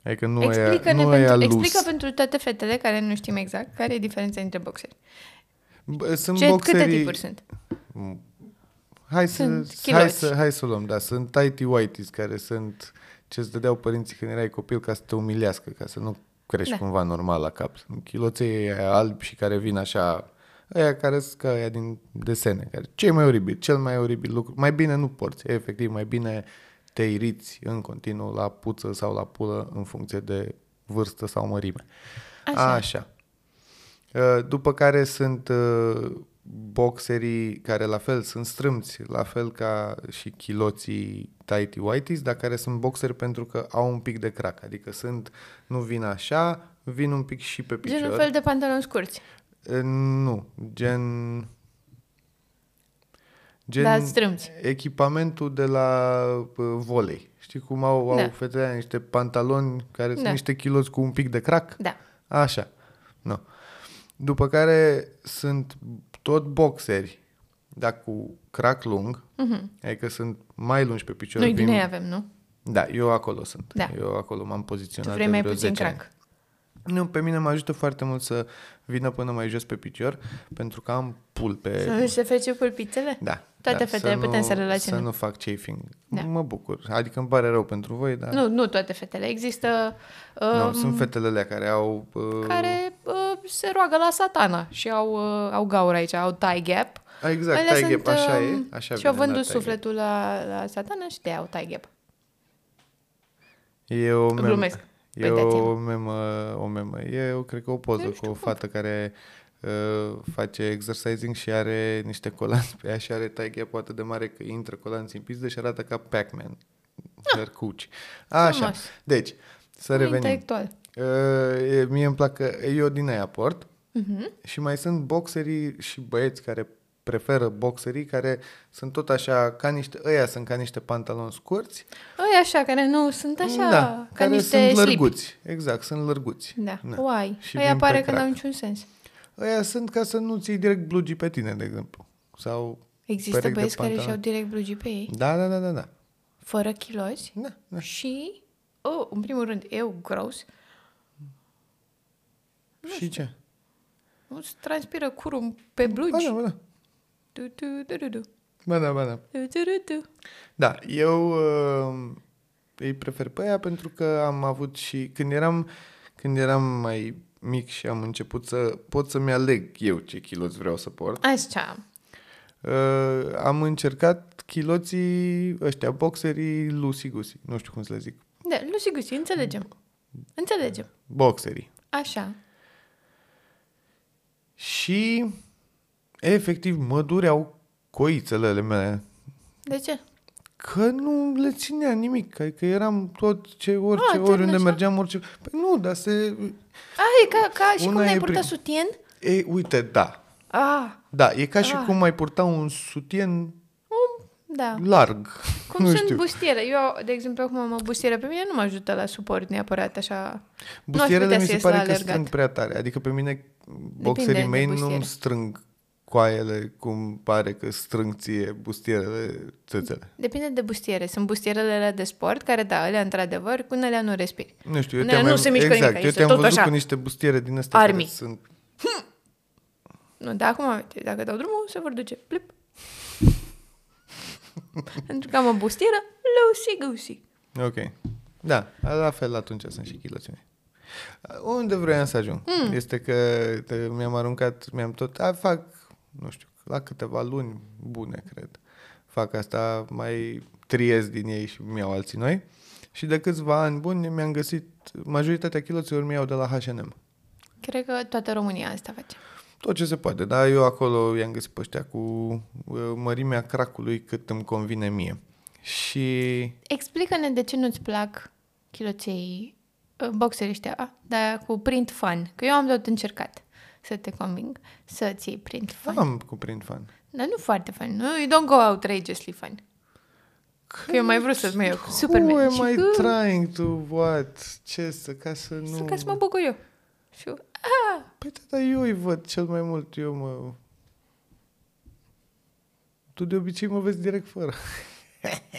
S1: Adică nu e,
S2: Explică-ne
S1: nu e
S2: pentru,
S1: alus.
S2: explică pentru toate fetele care nu știm exact care e diferența între boxeri.
S1: B- Sunt
S2: Ce,
S1: boxerii...
S2: Câte tipuri sunt?
S1: Mm. Hai să,
S2: Sunt
S1: hai,
S2: chiloți.
S1: să, hai să o luăm, da. Sunt tighty whiteys care sunt ce îți dădeau părinții când erai copil ca să te umilească, ca să nu crești
S2: Da.
S1: cumva normal la cap. Sunt chiloței aia albi și care vin așa, aia care sunt ca aia din desene. Care, ce mai oribil, cel mai oribil lucru. Mai bine nu porți, efectiv, mai bine te iriți în continuu la puță sau la pulă în funcție de vârstă sau mărime.
S2: Așa.
S1: Așa. Uh, După care sunt uh, boxerii care la fel sunt strâmți, la fel ca și chiloții tighty whiteys, dar care sunt boxeri pentru că au un pic de crac, adică sunt, nu vin așa, vin un pic și pe picior.
S2: Gen un fel de pantaloni scurți,
S1: Uh, Nu, gen...
S2: Gen... dar strâmți.
S1: Echipamentul de la uh, volei. Știi cum au, au
S2: Da.
S1: fetele aia niște pantaloni care sunt
S2: Da.
S1: niște chiloți cu un pic de crac?
S2: Da.
S1: Așa. Nu. După care sunt tot boxeri, dar cu crac lung,
S2: Mhm.
S1: adică sunt mai lungi pe picior.
S2: Noi
S1: vin-
S2: din ei avem, nu?
S1: Da, eu acolo sunt.
S2: Da.
S1: Eu acolo m-am
S2: Tu
S1: poziționat
S2: vrei
S1: de
S2: mai
S1: vreo
S2: puțin
S1: 10 ani.
S2: crack.
S1: Nu, pe mine mă ajută foarte mult să vină până mai jos pe picior, pentru că am pul pe...
S2: Să nu se fece pulpițele?
S1: Da.
S2: Toate
S1: da,
S2: fetele
S1: nu-
S2: putem să relaționăm.
S1: Să nu fac chafing.
S2: Da.
S1: Mă bucur. Adică îmi pare rău pentru voi, dar...
S2: Nu, nu toate fetele. Există
S1: Da. Nu,
S2: uh,
S1: sunt fetele alea care au... Uh,
S2: care uh, se roagă la satana și au, uh, au gaură aici, au tie gap.
S1: Ah, Exact,
S2: Alea
S1: tie gap, așa
S2: uh,
S1: e. Așa
S2: și au
S1: vine, da,
S2: vândut
S1: tie gap.
S2: sufletul la, la satana și de au tie gap.
S1: E o memă.
S2: Glumesc.
S1: E
S2: Păi dați-mi.
S1: o memă, o memă. E, eu cred că o poză
S2: Nu
S1: cu
S2: știu
S1: o
S2: cum.
S1: fată care uh, face exercising și are niște colanți pe ea și are taie poate de mare că intră colanții în pizdă și arată ca Pac-Man. Hărcuci. Așa.
S2: Ah, Frumos.
S1: Deci, să
S2: Nu
S1: revenim.
S2: Intelectual.
S1: Uh, e- mie îmi plac că eu din aia port
S2: Mhm.
S1: și mai sunt boxerii și băieți care preferă boxerii care sunt tot așa ca niște, ăia sunt ca niște pantaloni scurți
S2: Ăi așa, care nu sunt Da, așa, ca
S1: Da, care
S2: niște
S1: sunt
S2: slip.
S1: lărguți. Exact, sunt lărguți.
S2: Da,
S1: Da.
S2: uai.
S1: Și
S2: Ăia
S1: vin pe
S2: apare că
S1: crack.
S2: n-au niciun sens.
S1: Aia sunt ca să nu ții direct blugii pe tine, de exemplu. Sau...
S2: Există
S1: Perechi de
S2: băieți care
S1: pantaloni.
S2: și-au direct blugi pe ei,
S1: Da, da, da, da, da.
S2: fără chiloți.
S1: Da, da.
S2: Și, oh, în primul rând, eu, gros,
S1: Și ce?
S2: îți transpiră curul pe
S1: Ba
S2: blugi.
S1: da, ba da.
S2: Du, du, du, du, du.
S1: Ba da, ba da.
S2: Du, du, du, du.
S1: Da, eu uh, îi prefer pe aia pentru că am avut și când eram, când eram mai mic și am început să pot să-mi aleg eu ce chiloți vreau să port.
S2: Așa.
S1: Uh, am încercat chiloții ăștia, boxerii lusi-gusi, nu știu cum să le zic,
S2: Da, nu și gusi, înțelegem.
S1: Mm.
S2: Înțelegem.
S1: boxerii.
S2: Așa.
S1: Și efectiv mă dureau coițelele mele
S2: De ce?
S1: că nu le ținea nimic, adică eram tot ce, orice,
S2: Ah,
S1: oriunde
S2: termen,
S1: mergeam, orice... Păi nu, dar se...
S2: A, Ah, e ca, ca și
S1: Una
S2: cum
S1: e
S2: ne-ai purtat
S1: prim-
S2: sutien?
S1: E, uite, da.
S2: Ah,
S1: Da, e ca și
S2: Ah.
S1: cum ai purta un sutien
S2: da.
S1: larg.
S2: Cum
S1: nu
S2: sunt
S1: știu.
S2: bustiere. Eu, de exemplu, acum mă bustiere pe mine, nu mă ajută la suport neapărat așa. nu
S1: Bustierele mi
S2: aș putea
S1: se
S2: să ies
S1: pare
S2: la
S1: că
S2: alergat.
S1: strâng prea tare. Adică pe mine boxerii
S2: de
S1: mei
S2: bustiere.
S1: nu-mi strâng coaiele cum pare că strâng ție bustierele țățele.
S2: Depinde de bustiere. Sunt bustierele alea de sport, care da, alea într-adevăr, cu unele nu respiri.
S1: Nu știu, eu
S2: Unele
S1: te-am,
S2: nu se mișcă
S1: exact,
S2: nimic,
S1: eu
S2: este
S1: te-am
S2: tot
S1: văzut
S2: așa.
S1: cu niște bustiere din astea
S2: Army.
S1: care sunt
S2: Nu, dar acum, uite, dacă dau drumul, se vor duce.
S1: (laughs)
S2: Plip. Pentru că am o bustieră, lăusi gusi.
S1: Ok. Da, la fel atunci sunt și chiloții
S2: Hmm.
S1: Unde vroiam să ajung? Mm. Este că te- mi-am aruncat, mi-am tot... A, fac, nu știu, la câteva luni bune, cred. Fac asta, mai triez din ei și mi-au alții noi. Și de câțiva ani buni mi-am găsit, majoritatea chiloților mi-au de la H&M.
S2: Cred că toată România asta face.
S1: Tot ce se poate, dar eu acolo i-am găsit pe ăștia cu uh, mărimea cracului cât îmi convine mie. Și
S2: Explică-ne de ce nu-ți plac chiloței, uh, boxerii ăștia, dar cu print fun. Că eu am tot încercat să te conving să-ți iei print fun.
S1: am cuprins fan.
S2: Dar nu foarte fun. Nu, you don't go outrageously fun. Că eu mai vreau să-ți mai iau cu Superman.
S1: Who
S2: Și
S1: am I
S2: că-
S1: trying to what? Ce să, ca să nu...
S2: Să ca să mă bucur eu. Și eu, ah,
S1: Păi da, dar eu îi văd cel mai mult, eu mă... Tu de obicei mă vezi direct fără. (laughs)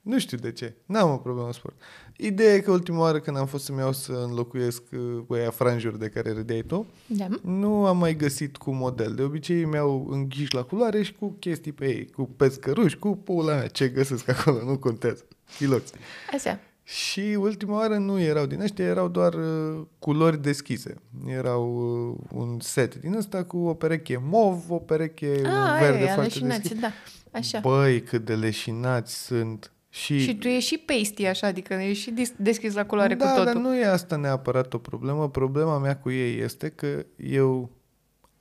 S1: nu știu de ce. N-am o problemă în sport. Ideea e că ultima oară când am fost să-mi iau să înlocuiesc uh, cu aia franjuri de care râdeai tu,
S2: da.
S1: nu am mai găsit cu model. De obicei mi-au înghiși la culoare și cu chestii pe ei, cu pescăruși, cu pula mea, ce găsesc acolo, nu contează. Chiloți.
S2: Așa.
S1: Și ultima oară nu erau din ăștia, erau doar uh, culori deschise. Erau uh, un set din ăsta cu o pereche mov, o pereche
S2: Ah,
S1: verde
S2: aia,
S1: foarte
S2: leșinați,
S1: deschis.
S2: da. Așa.
S1: Băi, cât de leșinați sunt. Și,
S2: Și tu e și pasty, așa, adică e și dis- deschis la culoare
S1: da,
S2: cu totul.
S1: dar nu e asta neapărat o problemă. Problema mea cu ei este că eu,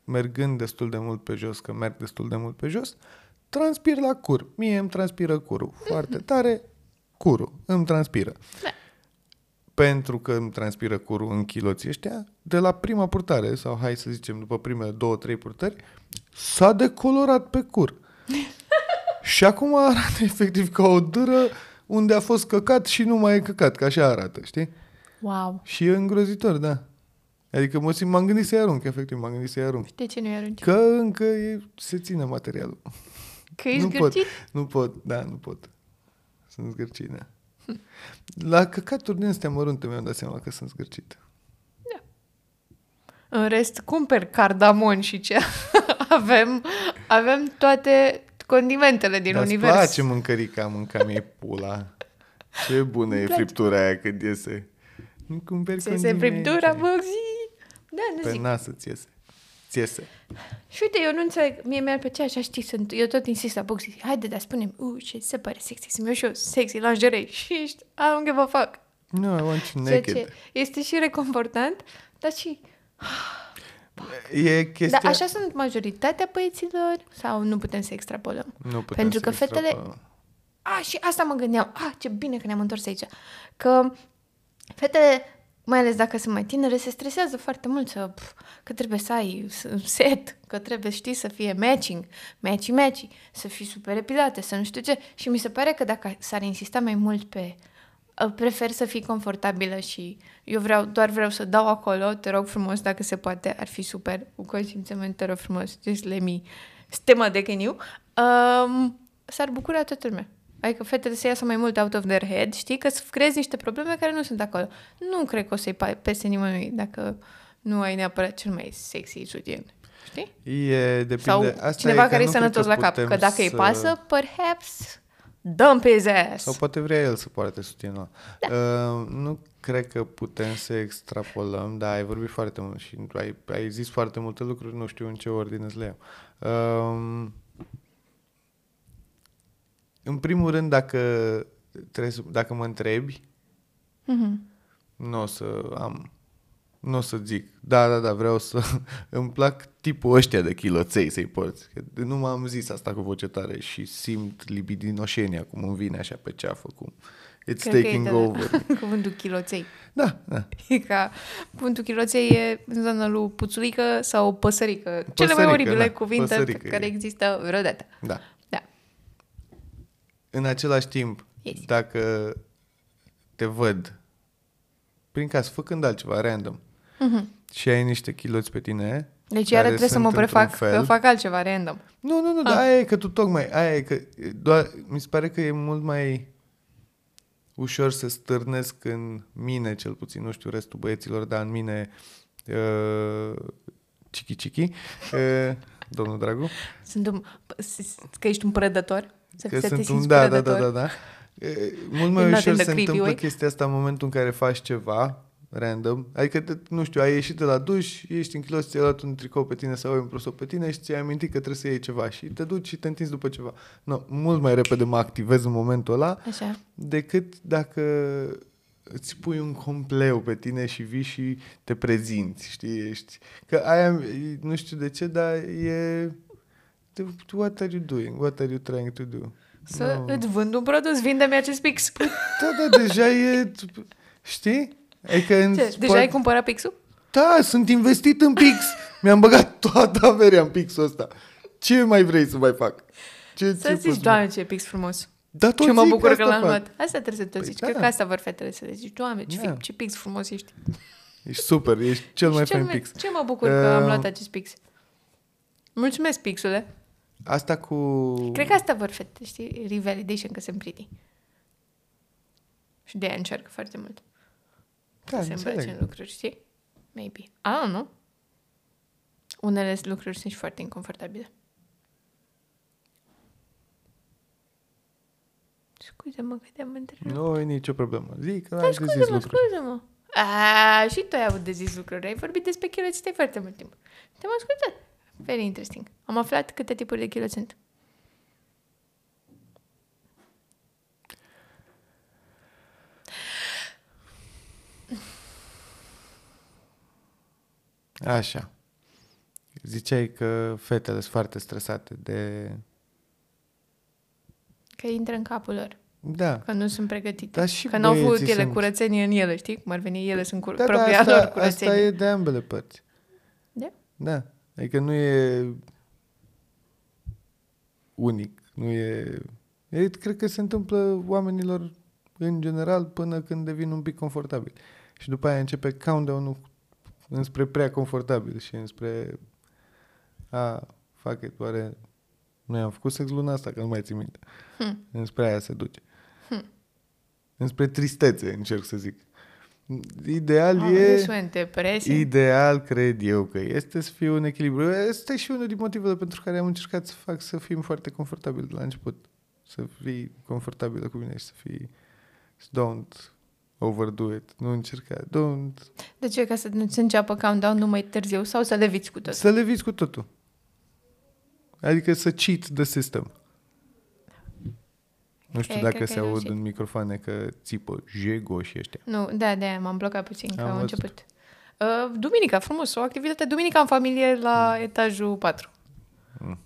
S1: mergând destul de mult pe jos, că merg destul de mult pe jos, transpir la cur. Mie îmi transpiră curul foarte tare, curul îmi transpiră.
S2: Mhm. Da.
S1: Pentru că îmi transpiră curul în chiloții ăștia, de la prima purtare, sau hai să zicem după primele două, trei purtări, s-a decolorat pe cur. Și acum arată (laughs) efectiv ca o dâră unde a fost căcat și nu mai e căcat, că așa arată, știi?
S2: Wow.
S1: Și e îngrozitor, da. Adică mă simt, m-am gândit să-i arunc, efectiv, m-am gândit să-i arunc.
S2: De ce nu-i arunci?
S1: Că încă e, se ține materialul.
S2: Că ești
S1: nu pot,
S2: gâtit?
S1: nu pot, da, nu pot. Sunt zgârcit, da. La căcaturi din astea mărunte mi-am dat seama că sunt zgârcit.
S2: În rest, cumperi cardamon și ce (laughs) avem, avem toate condimentele din
S1: Dar îți
S2: univers.
S1: place mâncărica, mâncam ei pula. Ce bună e
S2: place.
S1: friptura aia când iese. Nu cumperi
S2: Se se
S1: condimente.
S2: friptura, bă, zi! Da, nu
S1: Pe
S2: zic.
S1: nas îți iese. Ți iese.
S2: Și uite, eu nu înțeleg, mie mi-ar plăcea așa, știi, sunt, eu tot insist la box, zic, haide, dar spune-mi, u, ce se pare sexy, să-mi iau și eu sexy lingerie (laughs) și ești, I don't give a fuck.
S1: No, I want you
S2: Ceea
S1: naked.
S2: ce este și reconfortant, dar și...
S1: E chestia...
S2: Dar Da, așa sunt majoritatea băieților sau nu putem să extrapolăm?
S1: Nu putem
S2: Pentru
S1: să
S2: că fetele-
S1: extrapolăm.
S2: A, și asta mă gândeam. A, ce bine că ne-am întors aici. Că fetele, mai ales dacă sunt mai tinere, se stresează foarte mult să, pf, că trebuie să ai s- set, că trebuie, știi, să fie matching, matchy, matchy, să fii super epilate, să nu știu ce. Și mi se pare că dacă s-ar insista mai mult pe uh, prefer să fii confortabilă și eu vreau, doar vreau să dau acolo, te rog frumos, dacă se poate, ar fi super, cu consimțământ, te rog frumos, just let me, stemă de can you, um, s-ar bucura toată lumea. Adică fetele să iasă mai mult out of their head, știi? Că să creezi niște probleme care nu sunt acolo. Nu cred că o să-i pa- pese nimănui dacă nu ai neapărat cel mai sexy sutien. Știi?
S1: E, depinde.
S2: Sau
S1: Asta
S2: cineva
S1: e că
S2: care e
S1: nu cred
S2: sănătos la cap.
S1: putem
S2: Că dacă îi
S1: să-
S2: pasă, perhaps dăm pe his ass.
S1: Sau poate vrea el să poarte sutienul da. uh, Nu cred că putem să extrapolăm, dar ai vorbit foarte mult și ai, ai zis foarte multe lucruri, nu știu în ce ordine să le iau. Uh, în primul rând, dacă, trebuie să, dacă mă întrebi,
S2: Mhm.
S1: nu o să am nu o să zic, da, da, da, vreau să (laughs) îmi plac tipul ăștia de chiloței să-i porți. Că nu m-am zis asta cu voce tare și simt libidinoșenia cum îmi vine așa pe ceafă, cum it's
S2: Cred că e da.
S1: taking
S2: de-
S1: over.
S2: (laughs) Cuvântul chiloței.
S1: Da, da.
S2: E ca cuvântul chiloței e în zona lui puțulică sau păsărică. Cele mai
S1: Păsărică,
S2: oribile
S1: da,
S2: cuvinte
S1: păsărică
S2: care
S1: e.
S2: există vreodată.
S1: da.
S2: Da.
S1: În același timp,
S2: Yes.
S1: dacă te văd prin casă, făcând altceva, random, și ai niște chiloți pe tine...
S2: Mhm. Deci iară
S1: care
S2: trebuie să
S1: sunt
S2: mă
S1: într-un
S2: prefac
S1: fel-
S2: că fac altceva random.
S1: Nu, nu, nu, dar aia e că tu tocmai, aia e că doar, mi se pare că e mult mai ușor să stârnesc în mine, cel puțin, nu știu restul băieților, dar în mine uh, chichi-chichi, uh, domnul Dragu,
S2: Sunt un, s- s- că ești un predător? Să,
S1: că
S2: să te
S1: sunt
S2: simți
S1: un, da, da,
S2: predător.
S1: da, da, da. E, Mult
S2: You're
S1: mai
S2: not
S1: ușor
S2: in the
S1: se
S2: creepy
S1: întâmplă
S2: way.
S1: chestia asta în momentul în care faci ceva random. Adică, de, nu știu, ai ieșit de la duș, ești în kilos, ți-ai luat un tricou pe tine sau ai un pe tine și ți-ai amintit că trebuie să iei ceva și te duci și te întinzi după ceva. No, mult mai repede mă activez în momentul ăla
S2: Așa.
S1: decât dacă îți pui un compleu pe tine și vii și te prezinți, știi, ești... Că aia, nu știu de ce, dar e... What are you doing? What are you trying to do?
S2: Să no. îți vând un produs, vinde-mi acest pix.
S1: Da, da, deja e... Știi? Adică în
S2: (laughs) Ce, deja ai cumpărat pixul?
S1: Da, sunt investit în Pix. Mi-am băgat toată averea în Pixul ăsta. Ce mai vrei să mai fac? Ce,
S2: Să zici,
S1: poți-
S2: doamne, ce pix frumos.
S1: da, tot
S2: Ce mă
S1: zic
S2: bucur că
S1: asta
S2: l-am
S1: fac.
S2: luat. Asta trebuie să te
S1: Păi
S2: zici.
S1: da.
S2: Cred că asta vor fi trebuie să le zici. Doamne, ce,
S1: Da.
S2: fi, ce pix frumos ești.
S1: Ești super, ești cel mai
S2: Și cel
S1: fain
S2: mai-
S1: Pix.
S2: Ce mă bucur că am
S1: Uh,
S2: luat acest pix. Mulțumesc, pixule.
S1: Asta cu...
S2: Cred că asta vor fi, știi, revalidation, că sunt pretty. Și de aia încearcă foarte mult.
S1: da,
S2: Da, să îmbrace în
S1: înțeleg.
S2: lucruri, știi? Maybe. I don't know. Unele lucruri sunt și foarte inconfortabile. Scuze-mă că te-am întrebat.
S1: Nu e nicio problemă. Zic,
S2: Da,
S1: ai de zis
S2: scuze-mă,
S1: lucruri.
S2: scuze-mă. A, și tu ai avut de zis lucruri. Ai vorbit despre chiloți foarte mult timp. Te-am ascultat. Very interesting. Am aflat câte tipuri de chiloți sunt.
S1: Așa. Ziceai că fetele sunt foarte stresate de...
S2: Că intră în capul lor.
S1: Da.
S2: Că nu sunt pregătite.
S1: Dar și
S2: că n-au avut
S1: băieții
S2: ele
S1: sunt.
S2: curățenie în ele, știi? Cum ar veni ele, sunt cur-
S1: Da, da,
S2: propria lor
S1: asta,
S2: curățenie.
S1: asta e de ambele părți.
S2: Da?
S1: Da. Adică nu e unic, nu e... e cred că se întâmplă oamenilor în general până când devin un pic confortabil. Și după aia începe countdown-ul înspre prea confortabil și înspre a, fac it, oare noi am făcut sex luna asta, că nu mai țin minte.
S2: Hmm.
S1: Înspre aia se duce. Înspre tristețe, încerc să zic. Ideal
S2: Ah,
S1: e...
S2: this went depressing.
S1: Ideal, cred eu, că este să fie un echilibru. Este și unul din motivele pentru care am încercat să fac să fim foarte confortabili de la început. Să fii confortabilă cu mine și să fii... să Don't overdo it. Nu încerca. Don't...
S2: De ce? Ca să nu se înceapă countdown-ul mai târziu sau să le viți cu tot?
S1: Să le viți cu totul. Adică să cheat the system. Nu știu
S2: Cred-
S1: dacă
S2: cred că
S1: se
S2: e
S1: aud
S2: logic.
S1: în microfoane că țipă jego și ăștia.
S2: Nu, da, da, m-am blocat puțin, că
S1: Am
S2: am,
S1: văzut.
S2: început. Uh, duminica, frumos, o activitate duminica în familie la mm. etajul 4.
S1: Um,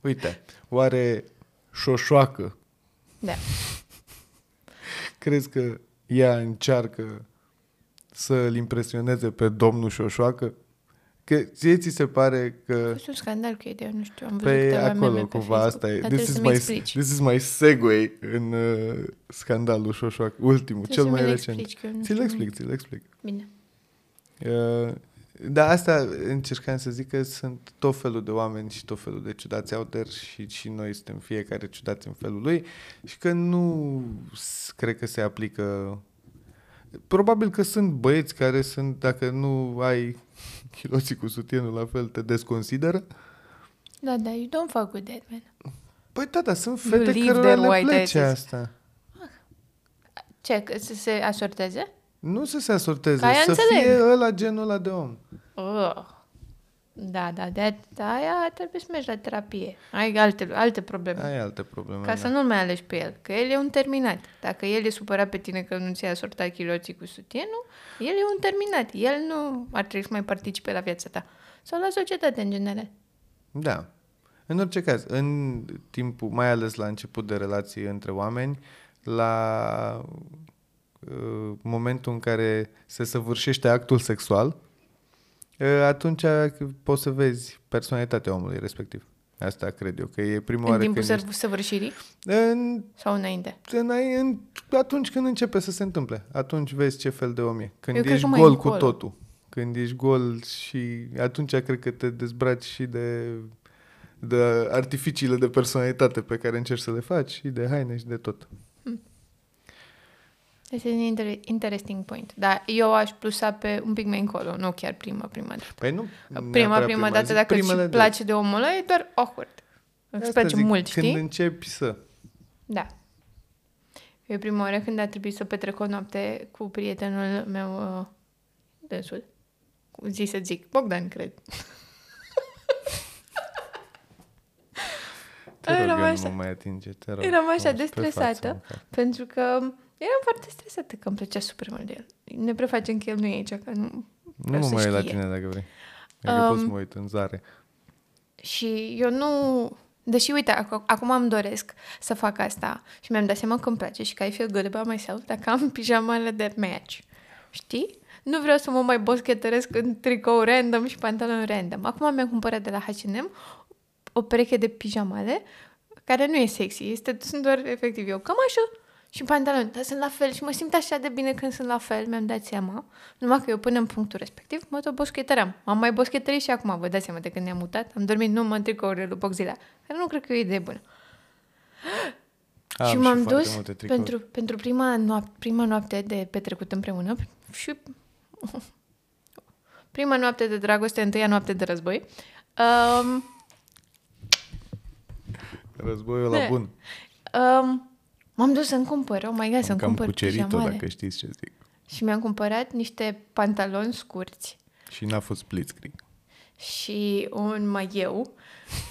S1: uite, oare șoșoacă
S2: Da.
S1: Crezi că ea încearcă să îl impresioneze pe domnul Șoșoacă? Că ție ți se pare
S2: A
S1: că
S2: fost un scandal cu ideea, nu știu, am văzut
S1: pe
S2: câteva meme
S1: Păi, acolo
S2: pe
S1: cumva
S2: Facebook,
S1: asta e. Deci
S2: Dar
S1: This
S2: trebuie
S1: is,
S2: să mi
S1: my,
S2: explici.
S1: this is my segue în uh, scandalul Șoșoacă, ultimul,
S2: Trebuie
S1: cel
S2: să
S1: mai
S2: mi-l
S1: recent.
S2: explici, că eu nu
S1: Ți-l
S2: știu.
S1: explic, ți-l explic.
S2: Bine.
S1: Uh, Da, asta încercam să zic că sunt tot felul de oameni și tot felul de ciudați out there și, și noi suntem fiecare ciudați în felul lui și că nu s- cred că se aplică... Probabil că sunt băieți care sunt, dacă nu ai (laughs) chiloții cu sutienul la fel, te desconsideră.
S2: Da, da, you don't fuck with that, man.
S1: Păi da, dar sunt
S2: You
S1: fete
S2: leave
S1: care
S2: their
S1: le
S2: white
S1: place
S2: edges.
S1: asta.
S2: Ce, că să se asorteze?
S1: Nu să se asorteze,
S2: Ca aia
S1: să
S2: înțeleg.
S1: fie ăla genul ăla de om.
S2: Oh. Da, da, de de aia trebuie să mergi la terapie. Ai alte, alte probleme.
S1: Ai alte probleme.
S2: Ca
S1: da.
S2: să nu-l mai alegi pe el, că el e un terminat. Dacă el e supărat pe tine că nu ți-ai sortat chiloții cu sutienul, el e un terminat. El nu ar trebui să mai participe la viața ta. Sau la societate în general.
S1: Da. În orice caz, în timpul, mai ales la început de relații între oameni, la uh, momentul în care se săvârșește actul sexual, uh, atunci poți să vezi personalitatea omului respectiv. Asta cred eu, că e prima
S2: în
S1: oară
S2: timpul
S1: când
S2: să
S1: ești-
S2: săvârșirii
S1: în,
S2: sau înainte.
S1: în, în, atunci când începe să se întâmple. Atunci vezi ce fel de om e. Când
S2: Eu cred
S1: ești
S2: că mai
S1: gol cu
S2: încolo.
S1: totul. Când ești gol și atunci cred că te dezbraci și de, de artificiile de personalitate pe care încerci să le faci și de haine și de tot.
S2: Este un inter- interesting point. Dar eu aș plusa pe un pic mai încolo, nu chiar prima, prima dată.
S1: Păi nu
S2: Prima,
S1: neapărat
S2: prima, dată,
S1: zi,
S2: dacă îți
S1: primele
S2: și
S1: dăți.
S2: place de omul ăla, e doar awkward. Îți
S1: Asta
S2: place
S1: zic,
S2: mult,
S1: Când
S2: știi?
S1: începi să...
S2: Da. E prima oară când a trebuit să petrec o noapte cu prietenul meu, uh, dânsul. Cum Zi să zic, Bogdan, cred.
S1: Te rog,
S2: Eram
S1: eu
S2: așa.
S1: nu mă mai atinge, te rog.
S2: Eram așa
S1: frumos,
S2: de
S1: pe față,
S2: stresată.
S1: în față.
S2: Pentru că eram foarte stresată că îmi plăcea super mult de el. Ne prefacem că el nu e aici, că nu...
S1: Nu
S2: vreau
S1: mă
S2: să
S1: mai uit la
S2: știe.
S1: tine dacă vrei. Adică um,
S2: Um,
S1: poți să mă uit în zare.
S2: Și eu nu... Deși, uite, ac- acum îmi doresc să fac asta și mi-am dat seama că îmi place și că I feel good about myself dacă am pijamale de match. Știi? Nu vreau să mă mai boschetăresc în tricou random și pantaloni random. Acum mi-am cumpărat de la H&M o pereche de pijamale care nu e sexy, este, sunt doar efectiv eu cămașă și pantaloni, dar sunt la fel și mă simt așa de bine când sunt la fel, mi-am dat seama. Numai că eu până în punctul respectiv mă tot boschetăram. Am mai boschetărit și acum, vă dați seama, de când ne-am mutat, am dormit numai în tricourile lui Boxila, care nu cred că e o idee bună.
S1: Am
S2: și m-am
S1: foarte
S2: dus
S1: multe tricouri.
S2: pentru, pentru prima, noapte, prima noapte de petrecut împreună și (laughs) prima noapte de dragoste, întâia noapte de război. Um,
S1: Războiul la
S2: Da.
S1: bun.
S2: um, m-am dus să-mi cumpăr, oh my god, să-mi
S1: Cam
S2: cumpăr
S1: cucerit-o,
S2: pijamale.
S1: dacă știți ce zic.
S2: Și mi-am cumpărat niște pantaloni scurți
S1: Și n-a fost blitzkrieg.
S2: și un maieu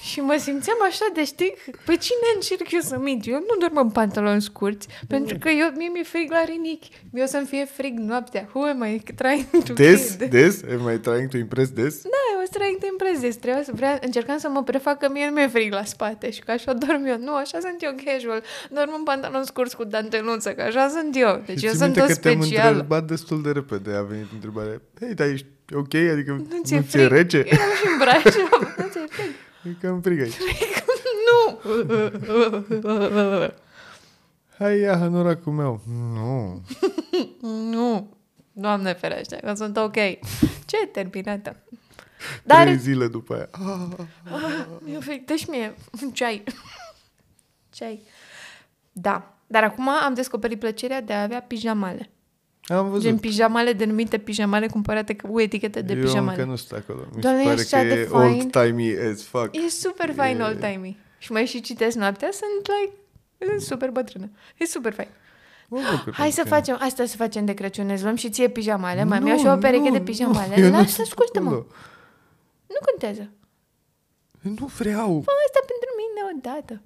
S2: și mă simțeam așa de, știi, pe cine încerc eu să mint? Eu nu dorm în pantaloni scurți, pentru că eu, mie mi-e frig la rinichi. Mie o să-mi fie frig noaptea. Who am I trying to
S1: Des,
S2: kid?
S1: des? Am mai trying to impress des?
S2: Da, eu strâng de imprezis. Trebuia să vrea, încercam să mă prefac că mie nu mi-e frig la spate și că așa dorm eu. Nu, așa sunt eu casual. Dorm în pantaloni scurți cu danteluță, că așa sunt eu. Deci
S1: Și
S2: eu
S1: ții
S2: sunt
S1: minte
S2: tot
S1: că te-am
S2: special.
S1: întrebat destul de repede. A venit întrebarea. Hei, dar ești ok? Adică nu
S2: Nu ți-e
S1: ți-e, rece?
S2: Eram și în Brașov. Nu ți-e frig. (laughs)
S1: E cam frig aici.
S2: nu!
S1: Hai ia hanoracul meu. Nu.
S2: nu! Doamne ferește, că sunt ok. Ce terminată.
S1: Dar...
S2: Dar,
S1: Trei zile după aia. Ah,
S2: mi-e fric, dă-și mie un ceai. Ceai. Da. Dar acum am descoperit plăcerea de a avea pijamale.
S1: Am
S2: Gen
S1: văzut.
S2: pijamale denumite pijamale cumpărate cu etichete de
S1: Eu
S2: pijamale.
S1: încă nu sunt acolo. Mi
S2: Doamne, e
S1: se
S2: așa
S1: pare
S2: de
S1: că e
S2: fain.
S1: old-timey as fuck.
S2: E super fain
S1: E-
S2: all time Și mai și citesc noaptea, sunt like... Sunt super bătrână. E super fain.
S1: Mă bucur
S2: Hai să
S1: pentru tine.
S2: facem, asta să facem de Crăciun, îți luăm și ție pijamale, mai
S1: Nu,
S2: mi iau și eu o pereche
S1: nu,
S2: de
S1: nu,
S2: pijamale.
S1: eu nu
S2: Lasă,
S1: sunt
S2: ascultă-mă.
S1: acolo.
S2: Nu contează.
S1: Nu vreau.
S2: Fă asta pentru mine odată.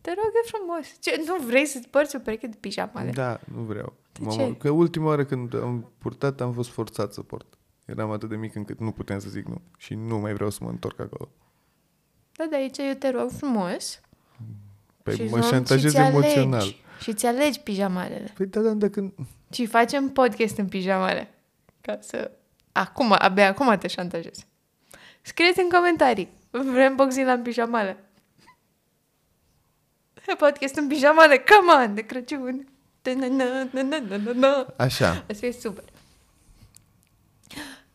S2: Te rog, e frumos. Ce, nu vrei să-ți părți o pereche de pijamale?
S1: Da, nu vreau.
S2: De
S1: M-am-
S2: ce?
S1: Că ultima oară când am purtat, am fost forțat să port. Eram atât de mic încât nu puteam să zic nu. Și nu mai vreau să mă întorc acolo.
S2: Da, da, aici eu te rog frumos.
S1: Păi
S2: și
S1: mă
S2: luăm
S1: șantajez
S2: și ți alegi.
S1: emoțional.
S2: Și ți alegi pijamalele.
S1: Păi da, dar dacă...
S2: Și facem podcast în pijamale. Ca să... Acum, abia acum te șantajez. Scrieți în comentarii. Vrem boxing la în pijamale. Podcast în pijamale, come on, de Crăciun. Da, Ta-na-na-na-na-na-na.
S1: Așa.
S2: Asta e super.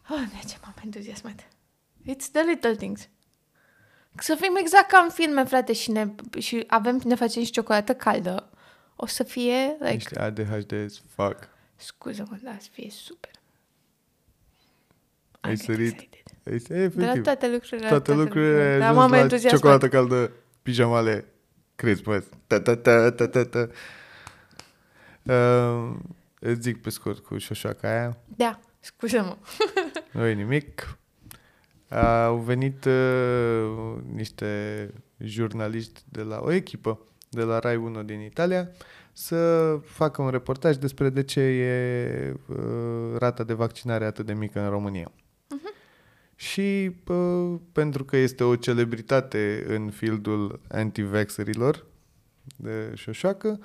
S2: Oh, de ce m-am entuziasmat. It's the little things. Să fim exact ca în filme, frate, și ne, și avem, ne facem și ciocolată caldă. O să fie, like,
S1: Ești ADHD as fuck.
S2: Scuză-mă, da, să fie super.
S1: Ai
S2: Am
S1: sărit
S2: excited.
S1: Ei, se-
S2: De la
S1: efectiv.
S2: toate lucrurile. la
S1: Toate lucrurile ai
S2: lucrurile. Dar
S1: ajuns
S2: Da, m-am
S1: la
S2: entuziasmat.
S1: ciocolată caldă, pijamale, Christmas. Ta, ta, ta, ta, ta, ta. Uh, îți zic pe scurt cu șoșoaca aia.
S2: Da, scuză-mă.
S1: Nu e nimic. Au venit uh, niște jurnaliști de la o echipă de la Rai 1 din Italia să facă un reportaj despre de ce e uh, rata de vaccinare atât de mică în România. Și uh, pentru că este o celebritate în fieldul antivaxerilor de șoșoacă,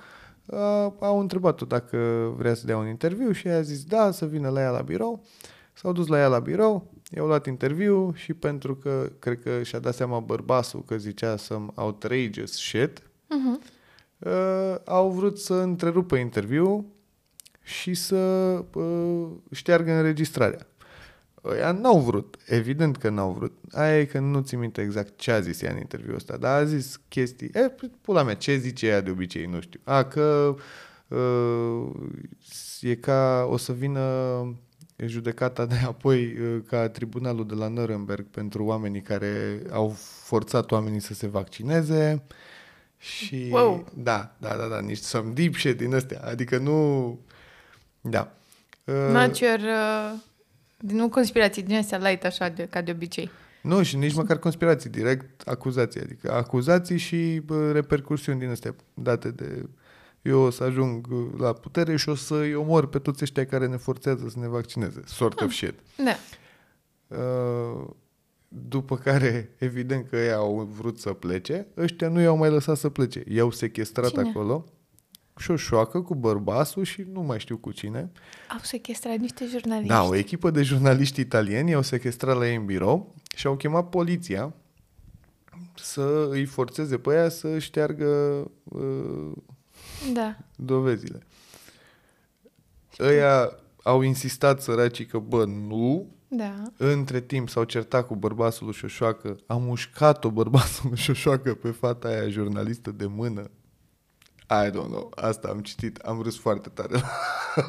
S1: uh, au întrebat-o dacă vrea să dea un interviu și ea a zis da, să vină la ea la birou. S-au dus la ea la birou, i-au luat interviu și pentru că cred că și-a dat seama bărbasul că zicea some outrageous shit,
S2: Mhm.
S1: uh, au vrut să întrerupă interviul și să uh, șteargă înregistrarea. Ăia n-au vrut, evident că n-au vrut. Aia e că nu ți minte exact ce a zis ea în interviul ăsta, dar a zis chestii, e, p- pula mea, ce zice ea de obicei, nu știu. A, că uh, e ca o să vină judecata de apoi uh, ca tribunalul de la Nuremberg pentru oamenii care au forțat oamenii să se vaccineze Și
S2: Wow.
S1: da, da, da, da, nici some deep shit din astea. Adică nu... Da. Uh,
S2: Not your, uh, nu conspirații din astea light așa de, ca de obicei.
S1: Nu, și nici măcar conspirații, direct acuzații. Adică acuzații și bă, repercursiuni din astea date de... Eu o să ajung uh, la putere și o să-i omor pe toți ăștia care ne forțează să ne vaccineze. Sort of shit.
S2: Da.
S1: Uh, după care, evident că ei au vrut să plece, ăștia nu i-au mai lăsat să plece. I-au sequestrat
S2: Cine?
S1: acolo și o șoacă cu bărbasul și nu mai știu cu cine.
S2: Au sequestrat niște jurnaliști.
S1: Da, o echipă de jurnaliști italieni i-au sequestrat la ei în birou și au chemat poliția să îi forțeze pe aia să șteargă uh,
S2: da.
S1: dovezile. Ăia au insistat săracii că, bă, nu,
S2: da.
S1: între timp s-au certat cu bărbatul lui Șoșoacă, a mușcat-o bărbatul lui Șoșoacă pe fata aia jurnalistă de mână. I don't know, asta am citit, am râs foarte tare.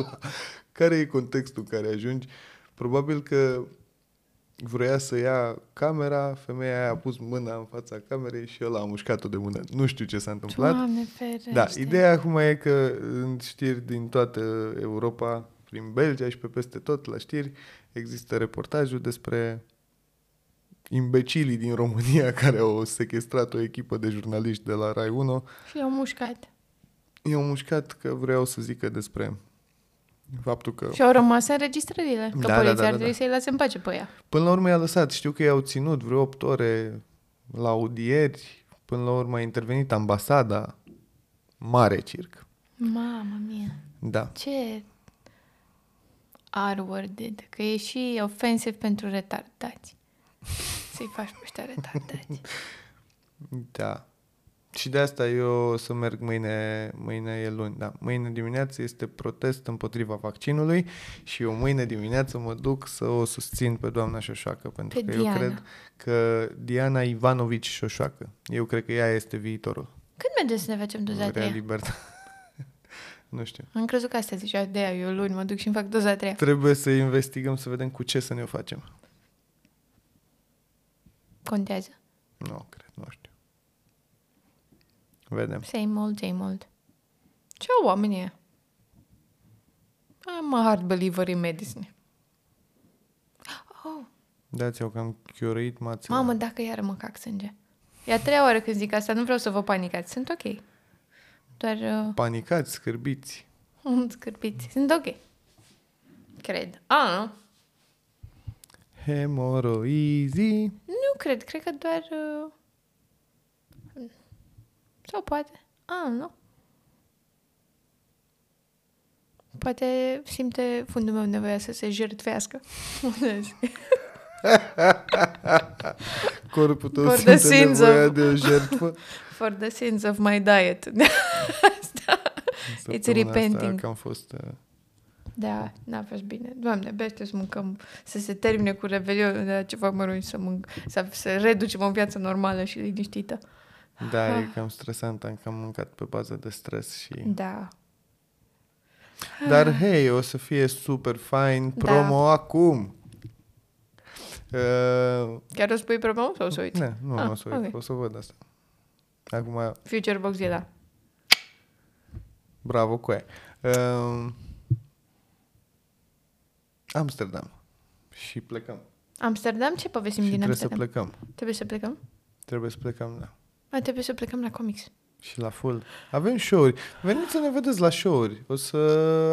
S1: (laughs) care e contextul în care ajungi? Probabil că vroia să ia camera, femeia aia a pus mâna în fața camerei și el a mușcat-o de mână. Nu știu ce s-a întâmplat.
S2: Doamne ferește.
S1: Da, ideea acum e că în știri din toată Europa, prin Belgia și pe peste tot la știri, există reportajul despre imbecilii din România (laughs) care au sequestrat o echipă de jurnaliști de la Rai 1.
S2: Și au mușcat.
S1: Eu am mușcat că vreau să zică despre faptul că...
S2: Și au rămas înregistrările. Că
S1: Da, da,
S2: poliția
S1: da, da,
S2: ar trebui
S1: da.
S2: să-i lase în pace pe ea.
S1: Până la urmă i-a lăsat. Știu că i-au ținut vreo 8 ore la audieri. Până la urmă a intervenit ambasada. Mare circ.
S2: Mamă mie.
S1: Da.
S2: Ce R-worded, că e și ofensiv pentru retardați. Să-i faci pe ăștia retardați.
S1: Da. Și de asta eu o să merg mâine, mâine e luni, da. Mâine dimineață este protest împotriva vaccinului și eu mâine dimineață mă duc să o susțin pe doamna Șoșoacă, pentru
S2: Pe
S1: că
S2: Diana.
S1: eu cred că Diana Ivanovici Șoșoacă, eu cred că ea este viitorul.
S2: Când mergem să ne facem doza a
S1: Vrea
S2: treia?
S1: libertate. (laughs) nu știu.
S2: Am crezut că asta zicea de eu luni mă duc și îmi fac doza a treia.
S1: Trebuie să investigăm să vedem cu ce să ne o facem.
S2: Contează.
S1: Nu, cred, nu știu. Vedem.
S2: Same old, same old. Ce oameni e? I'm a hard believer in medicine. Oh,
S1: Dați eu că am chiorăit mațele.
S2: mamă, dacă iar mă cac sânge. E a treia oară când zic asta, nu vreau să vă panicați. Sunt ok. Doar uh,
S1: Panicați, scârbiți.
S2: un scârpiți. Sunt ok. Cred. A, nu.
S1: Hemoroizi.
S2: Nu cred. Cred că doar... Uh, sau poate. A, nu. Poate simte fundul meu nevoia să se jertfească. (laughs) Bună ziua.
S1: Corpul tău
S2: For
S1: simte
S2: the sins
S1: nevoia
S2: of-
S1: de o
S2: (laughs)
S1: jertfă.
S2: For the sins of my diet. Asta.
S1: Săptămâna Asta,
S2: repenting.
S1: că am fost... uh,
S2: Da, n-a fost bine. Doamne, abia aștept să mâncăm, să se termine cu revelionul de ceva mărunci, să, mânc, să, să reducem o viață normală și liniștită.
S1: Da, e cam stresant, am cam mâncat pe bază de stres și...
S2: Da.
S1: Dar hei, o să fie super fain,
S2: Da.
S1: promo acum! Uh,
S2: Chiar o spui promo sau o să uiți?
S1: ne, nu,
S2: Ah,
S1: nu o să uit,
S2: ok.
S1: o să văd asta. Acum,
S2: Future Boxzilla.
S1: bravo cu aia. Uh, Amsterdam. Și plecăm.
S2: Amsterdam? Ce povestim
S1: și
S2: din
S1: trebuie
S2: Amsterdam?
S1: să plecăm.
S2: Trebuie să plecăm?
S1: Trebuie să plecăm, da.
S2: A, trebuie să plecăm la comics.
S1: Și la full. Avem show-uri. Veniți să ne vedeți la show-uri. O să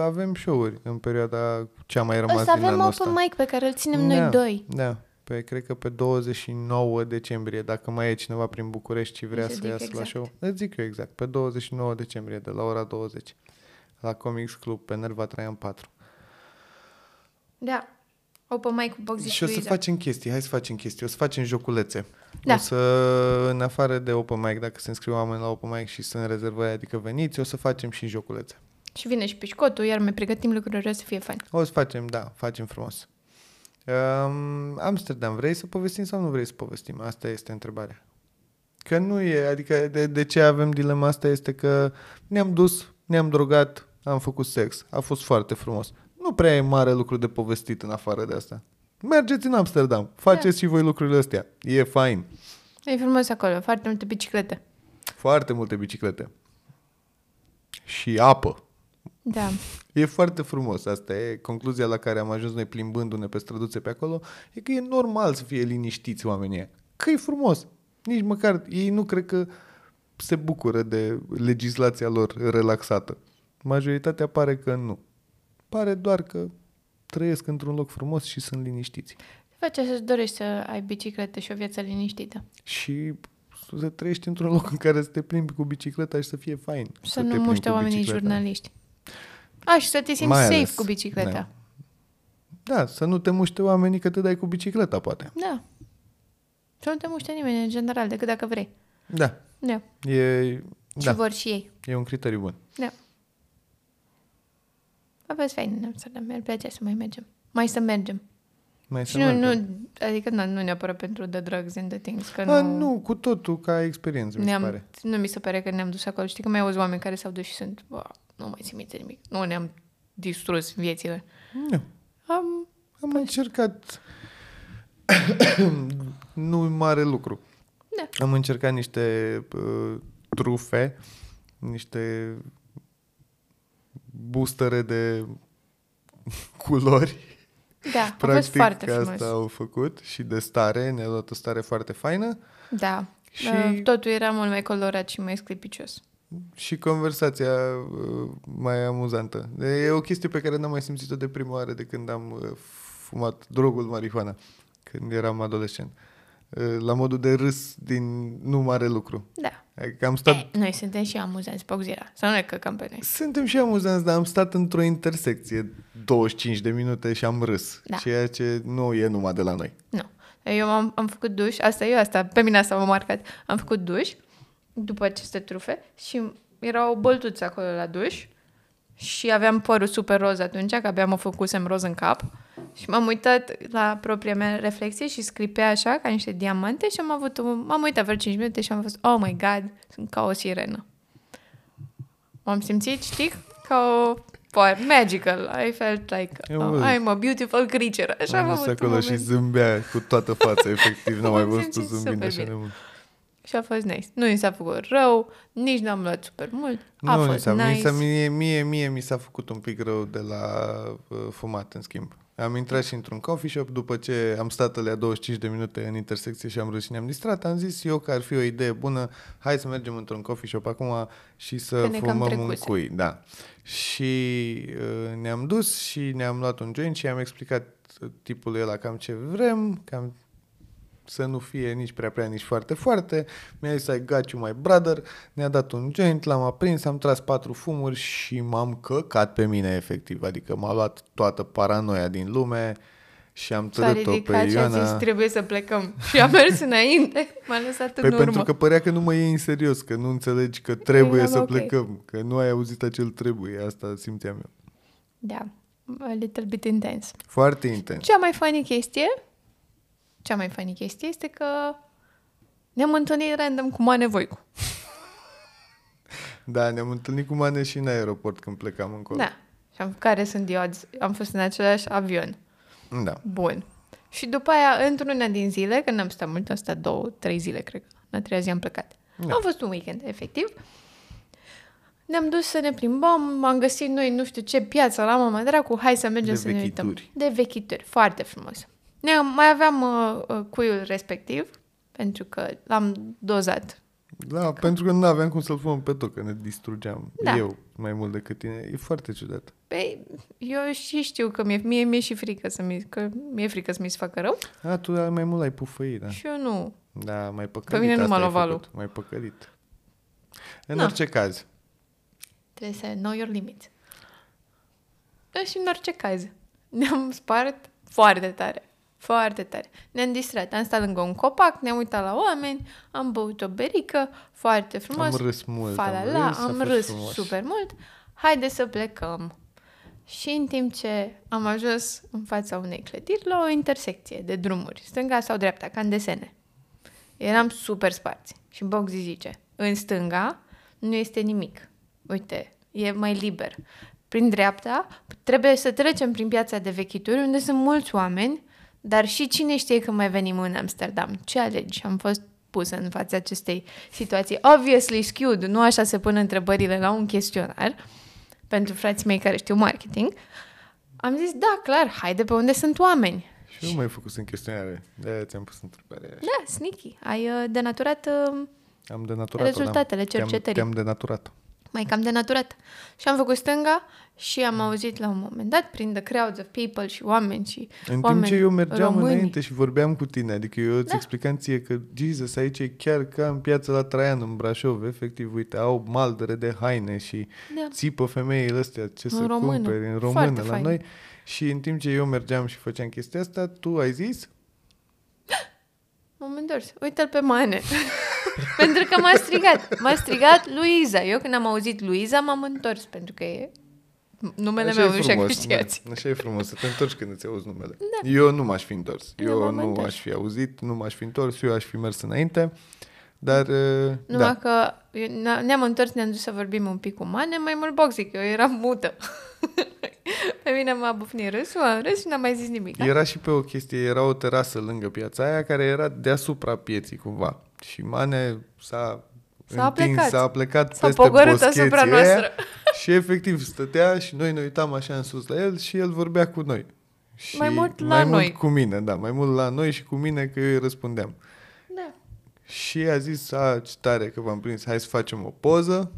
S1: avem show-uri în perioada cea mai
S2: O
S1: rămas
S2: să
S1: din
S2: avem
S1: anul
S2: open
S1: ăsta.
S2: mic pe care îl ținem
S1: Da.
S2: noi doi.
S1: Da. Pe, cred că pe 29 decembrie, dacă mai e cineva prin București și vrea
S2: Îți
S1: să
S2: zic
S1: iasă la
S2: exact.
S1: show. Îți zic eu exact. Pe 29 decembrie, de la ora 20. La Comics Club, pe Nerva Traian 4.
S2: Da. Open mic cu Boxy
S1: Și o să
S2: Luiza.
S1: facem chestii, hai să facem chestii, o să facem joculețe.
S2: Da.
S1: O să, în afară de open mic, dacă se înscriu oameni la open mic și sunt rezervări, adică veniți, o să facem și joculețe.
S2: Și vine și pișcotul, iar mai pregătim lucrurile să fie fain.
S1: O să facem, da, facem frumos. Um, Amsterdam, vrei să povestim sau nu vrei să povestim? Asta este întrebarea. Că nu e, adică de, de ce avem dilema asta este că ne-am dus, ne-am drogat, am făcut sex, a fost foarte frumos. Nu prea e mare lucru de povestit în afară de asta. Mergeți în Amsterdam, faceți și voi lucrurile astea, e fain.
S2: E frumos acolo, foarte multe biciclete.
S1: foarte multe biciclete și apă. (laughs)
S2: Da.
S1: E foarte frumos, asta e concluzia la care am ajuns noi plimbându-ne pe străduțe pe acolo, e că e normal să fie liniștiți oamenii ăia. că e frumos. Nici măcar ei nu cred că se bucură de legislația lor relaxată. Majoritatea pare că nu. Pare doar că trăiesc într-un loc frumos și sunt liniștiți.
S2: Ce face să-ți dorești să ai bicicletă și o viață liniștită?
S1: Și să trăiești într-un loc în care să te plimbi cu bicicleta și să fie fain.
S2: Să,
S1: te
S2: nu
S1: plimbi
S2: muște
S1: cu
S2: oamenii
S1: bicicleta.
S2: jurnaliști. A, și să te simți
S1: Mai
S2: safe
S1: ales,
S2: cu bicicleta.
S1: da.
S2: Da.
S1: Da, să nu te muște oamenii că te dai cu bicicleta, poate.
S2: da. Să nu te muște nimeni, în general, decât dacă vrei.
S1: Da,
S2: Da.
S1: e,
S2: Și
S1: da,
S2: vor și ei.
S1: e un criteriu bun.
S2: Da. A fost fain în Amsterdam, mi-ar plăcea să mai mergem. Mai să mergem.
S1: Mai
S2: și
S1: să
S2: nu,
S1: mergem.
S2: nu, adică nu, nu neapărat pentru the drugs and the things, că
S1: A,
S2: nu,
S1: nu, cu totul ca experiență, mi se
S2: ne-am,
S1: pare.
S2: nu mi se pare că ne-am dus acolo. Știi că mai auzi oameni care s-au dus și sunt, bă, nu mai țin minte nimic, nu ne-am distrus viețile.
S1: Nu.
S2: Am,
S1: Am încercat (coughs) nu e mare lucru.
S2: da,
S1: Am încercat niște uh, trufe, niște boostere de (laughs) culori.
S2: da, a
S1: Practic,
S2: fost foarte
S1: asta
S2: frumos.
S1: au făcut și de stare, ne-a dat o stare foarte faină
S2: Da,
S1: Și-
S2: și... totul era mult mai colorat și mai sclipicios.
S1: și conversația uh, mai amuzantă. E o chestie pe care n-am mai simțit-o de prima oară de când am uh, fumat drogul marihuana, când eram adolescent. Uh, La modul de râs din nu mare lucru.
S2: Da.
S1: Adică am stat
S2: Eh, noi suntem și amuzanți, Boxira, să nu ne căcăm pe noi.
S1: Suntem și amuzanți, dar am stat într-o intersecție 25 de minute și am râs.
S2: Da.
S1: Ceea ce nu e numai de la noi.
S2: Nu. Eu am, am făcut duș, asta eu, asta, pe mine asta m-a marcat. Am făcut duș după aceste trufe și era o băltuță acolo la duș și aveam părul super roz atunci, că abia mă făcusem roz în cap. Și m-am uitat la propria mea reflexie și sclipea așa, ca niște diamante și am avut, un- m-am uitat vreo 5 minute și am fost, oh my god, sunt ca o sirenă. M-am simțit, știi, ca o power, magical. I felt like
S1: Eu
S2: oh,
S1: văd.
S2: I'm a beautiful creature. Așa am,
S1: am
S2: avut
S1: râs
S2: un
S1: acolo
S2: moment.
S1: și zâmbea cu toată fața, efectiv. N-am mai
S2: (laughs) M-am
S1: văzut
S2: simțit
S1: zâmbind
S2: super
S1: așa
S2: bine.
S1: de mult.
S2: Și a fost nice. Nu i s-a făcut rău, nici n-am luat super mult. A
S1: nu, mi
S2: fost
S1: s-a, mi
S2: nice.
S1: s-a, mie, mie, mie mi s-a făcut un pic rău de la uh, fumat, în schimb. Am intrat și într-un coffee shop, după ce am stat alea 25 de minute în intersecție și am râs și ne-am distrat, am zis eu că ar fi o idee bună, hai să mergem într-un coffee shop acum și să
S2: Că ne cam
S1: fumăm un
S2: trecuse.
S1: cui. Da. Și uh, ne-am dus și ne-am luat un joint și am explicat uh, tipului ăla cam ce vrem, cam să nu fie nici prea prea, nici foarte foarte. Mi-a zis, I got you my brother. Ne-a dat un joint, l-am aprins, am tras patru fumuri și m-am căcat pe mine efectiv. Adică m-a luat toată paranoia din lume și am
S2: S-a
S1: târât-o pe
S2: ridicat și a
S1: Ioana.
S2: zis, trebuie să plecăm. (laughs) Și a mers înainte, m-a lăsat
S1: Păi
S2: în urmă.
S1: pentru că părea că nu mă iei în serios, că nu înțelegi că trebuie
S2: Eram
S1: să
S2: ok.
S1: plecăm, că nu ai auzit acel trebuie, asta simțeam eu.
S2: Da, a little bit intense.
S1: Foarte intens.
S2: Cea mai funny chestie, cea mai funny chestie este că ne-am întâlnit random cu Mane Voicu.
S1: Da, ne-am întâlnit cu Mane și în aeroport când plecam încolo.
S2: Da. Și am, care sunt eu? azi? Am fost în același avion.
S1: da.
S2: Bun. Și după aia, într-una din zile, că n-am stat mult, am stat două, trei zile, cred că. În a treia zi am plecat.
S1: Da.
S2: A fost un weekend, efectiv. Ne-am dus să ne plimbăm, am găsit noi nu știu ce piață la Mama Dracu, hai să mergem
S1: De
S2: să ne uităm.
S1: vechituri.
S2: De vechituri, foarte frumos. Ne mai aveam uh, uh, cuiul respectiv, pentru că l-am dozat.
S1: Da, pentru că nu aveam cum să-l fumăm pe tot, că ne distrugeam.
S2: Da.
S1: Eu mai mult decât tine. E foarte ciudat.
S2: Păi, eu și știu că mi-e, mie, mie și frică să mi, că mi-e frică să mi se facă rău
S1: A, tu ai mai mult ai pufăit, da.
S2: și eu nu.
S1: Da, mai păcălit.
S2: mine nu
S1: asta
S2: m-a
S1: ai
S2: luat valul. Da.
S1: făcut, Mai păcălit. În
S2: Na.
S1: orice caz,
S2: Trebuie să know your limits. Dar și în orice caz, (laughs) ne-am spart foarte tare. Foarte tare. Ne-am distrat. Am stat lângă un copac, ne-am uitat la oameni, am băut o berică, foarte frumos.
S1: am râs mult.
S2: Falala,
S1: a
S2: am
S1: fost
S2: râs
S1: frumos.
S2: super mult. Haide să plecăm. Și în timp ce am ajuns în fața unei clădiri, la o intersecție de drumuri, stânga sau dreapta, ca în desene. Eram super sparți. Și Boxy zice, în stânga nu este nimic. Uite, e mai liber. Prin dreapta trebuie să trecem prin piața de vechituri, unde sunt mulți oameni, dar și cine știe că mai venim în Amsterdam. Ce alegi? Am fost pusă în fața acestei situații. Obviously skewed, nu așa se pun întrebările la un chestionar pentru frații mei care știu marketing. Am zis, da, clar, haide pe unde sunt oameni.
S1: Și nu mai făcut în chestionare. De ți-am pus întrebarea aia.
S2: Da, sneaky, ai uh, denaturat, uh,
S1: Am denaturat
S2: Rezultatele
S1: da.
S2: cercetării.
S1: Te-am, te-am denaturat.
S2: mai cam denaturat. Și am făcut stânga și am auzit la un moment dat, prin the crowds of people și oameni și
S1: În timp
S2: oameni
S1: ce eu mergeam
S2: români.
S1: înainte și vorbeam cu tine, adică eu îți
S2: Da.
S1: explicam ție că, Jesus, aici e chiar ca în piața la Traian, în Brașov, efectiv, uite, au maldere de haine și
S2: Da.
S1: țipă femeile astea ce
S2: În
S1: să
S2: română.
S1: cumpere în română
S2: Foarte
S1: la
S2: fain.
S1: noi. Și în timp ce eu mergeam și făceam chestia asta, tu ai zis,
S2: M-am întors. Uite-l pe Mane. (laughs) pentru că m-a strigat. M-a strigat Luiza. Eu când am auzit Luiza, m-am întors pentru că e numele
S1: așa
S2: meu,
S1: e
S2: nu știu Da.
S1: frumos, da,
S2: câștigați.
S1: așa e frumos, să te întorci când îți auzi numele. Eu nu m-aș fi întors,
S2: Eu
S1: eu
S2: m-am
S1: nu
S2: întors.
S1: aș fi auzit, nu m-aș fi întors, eu aș fi mers înainte, dar uh,
S2: Numai
S1: da,
S2: că eu- na- ne-am întors, ne-am dus să vorbim un pic cu Mane, mai mult boxic. Eu eram mută. (laughs) pe mine m-a bufnit râsul, am râs și n-am mai zis nimic. da?
S1: Era și pe o chestie, era o terasă lângă piața aia care era deasupra pieții cumva. Și Mane s-a,
S2: S-a
S1: întins,
S2: plecat.
S1: s-a plecat
S2: S-a
S1: peste
S2: pogorât
S1: boscheții
S2: asupra
S1: aia
S2: noastră.
S1: Și efectiv stătea și noi ne uitam așa în sus la el și el vorbea cu noi. Și
S2: Mai mult la
S1: mai
S2: noi.
S1: mult cu mine, da, mai mult la noi și cu mine că eu îi răspundeam.
S2: Da.
S1: Și a zis, a, ce tare că v-am prins, hai să facem o poză.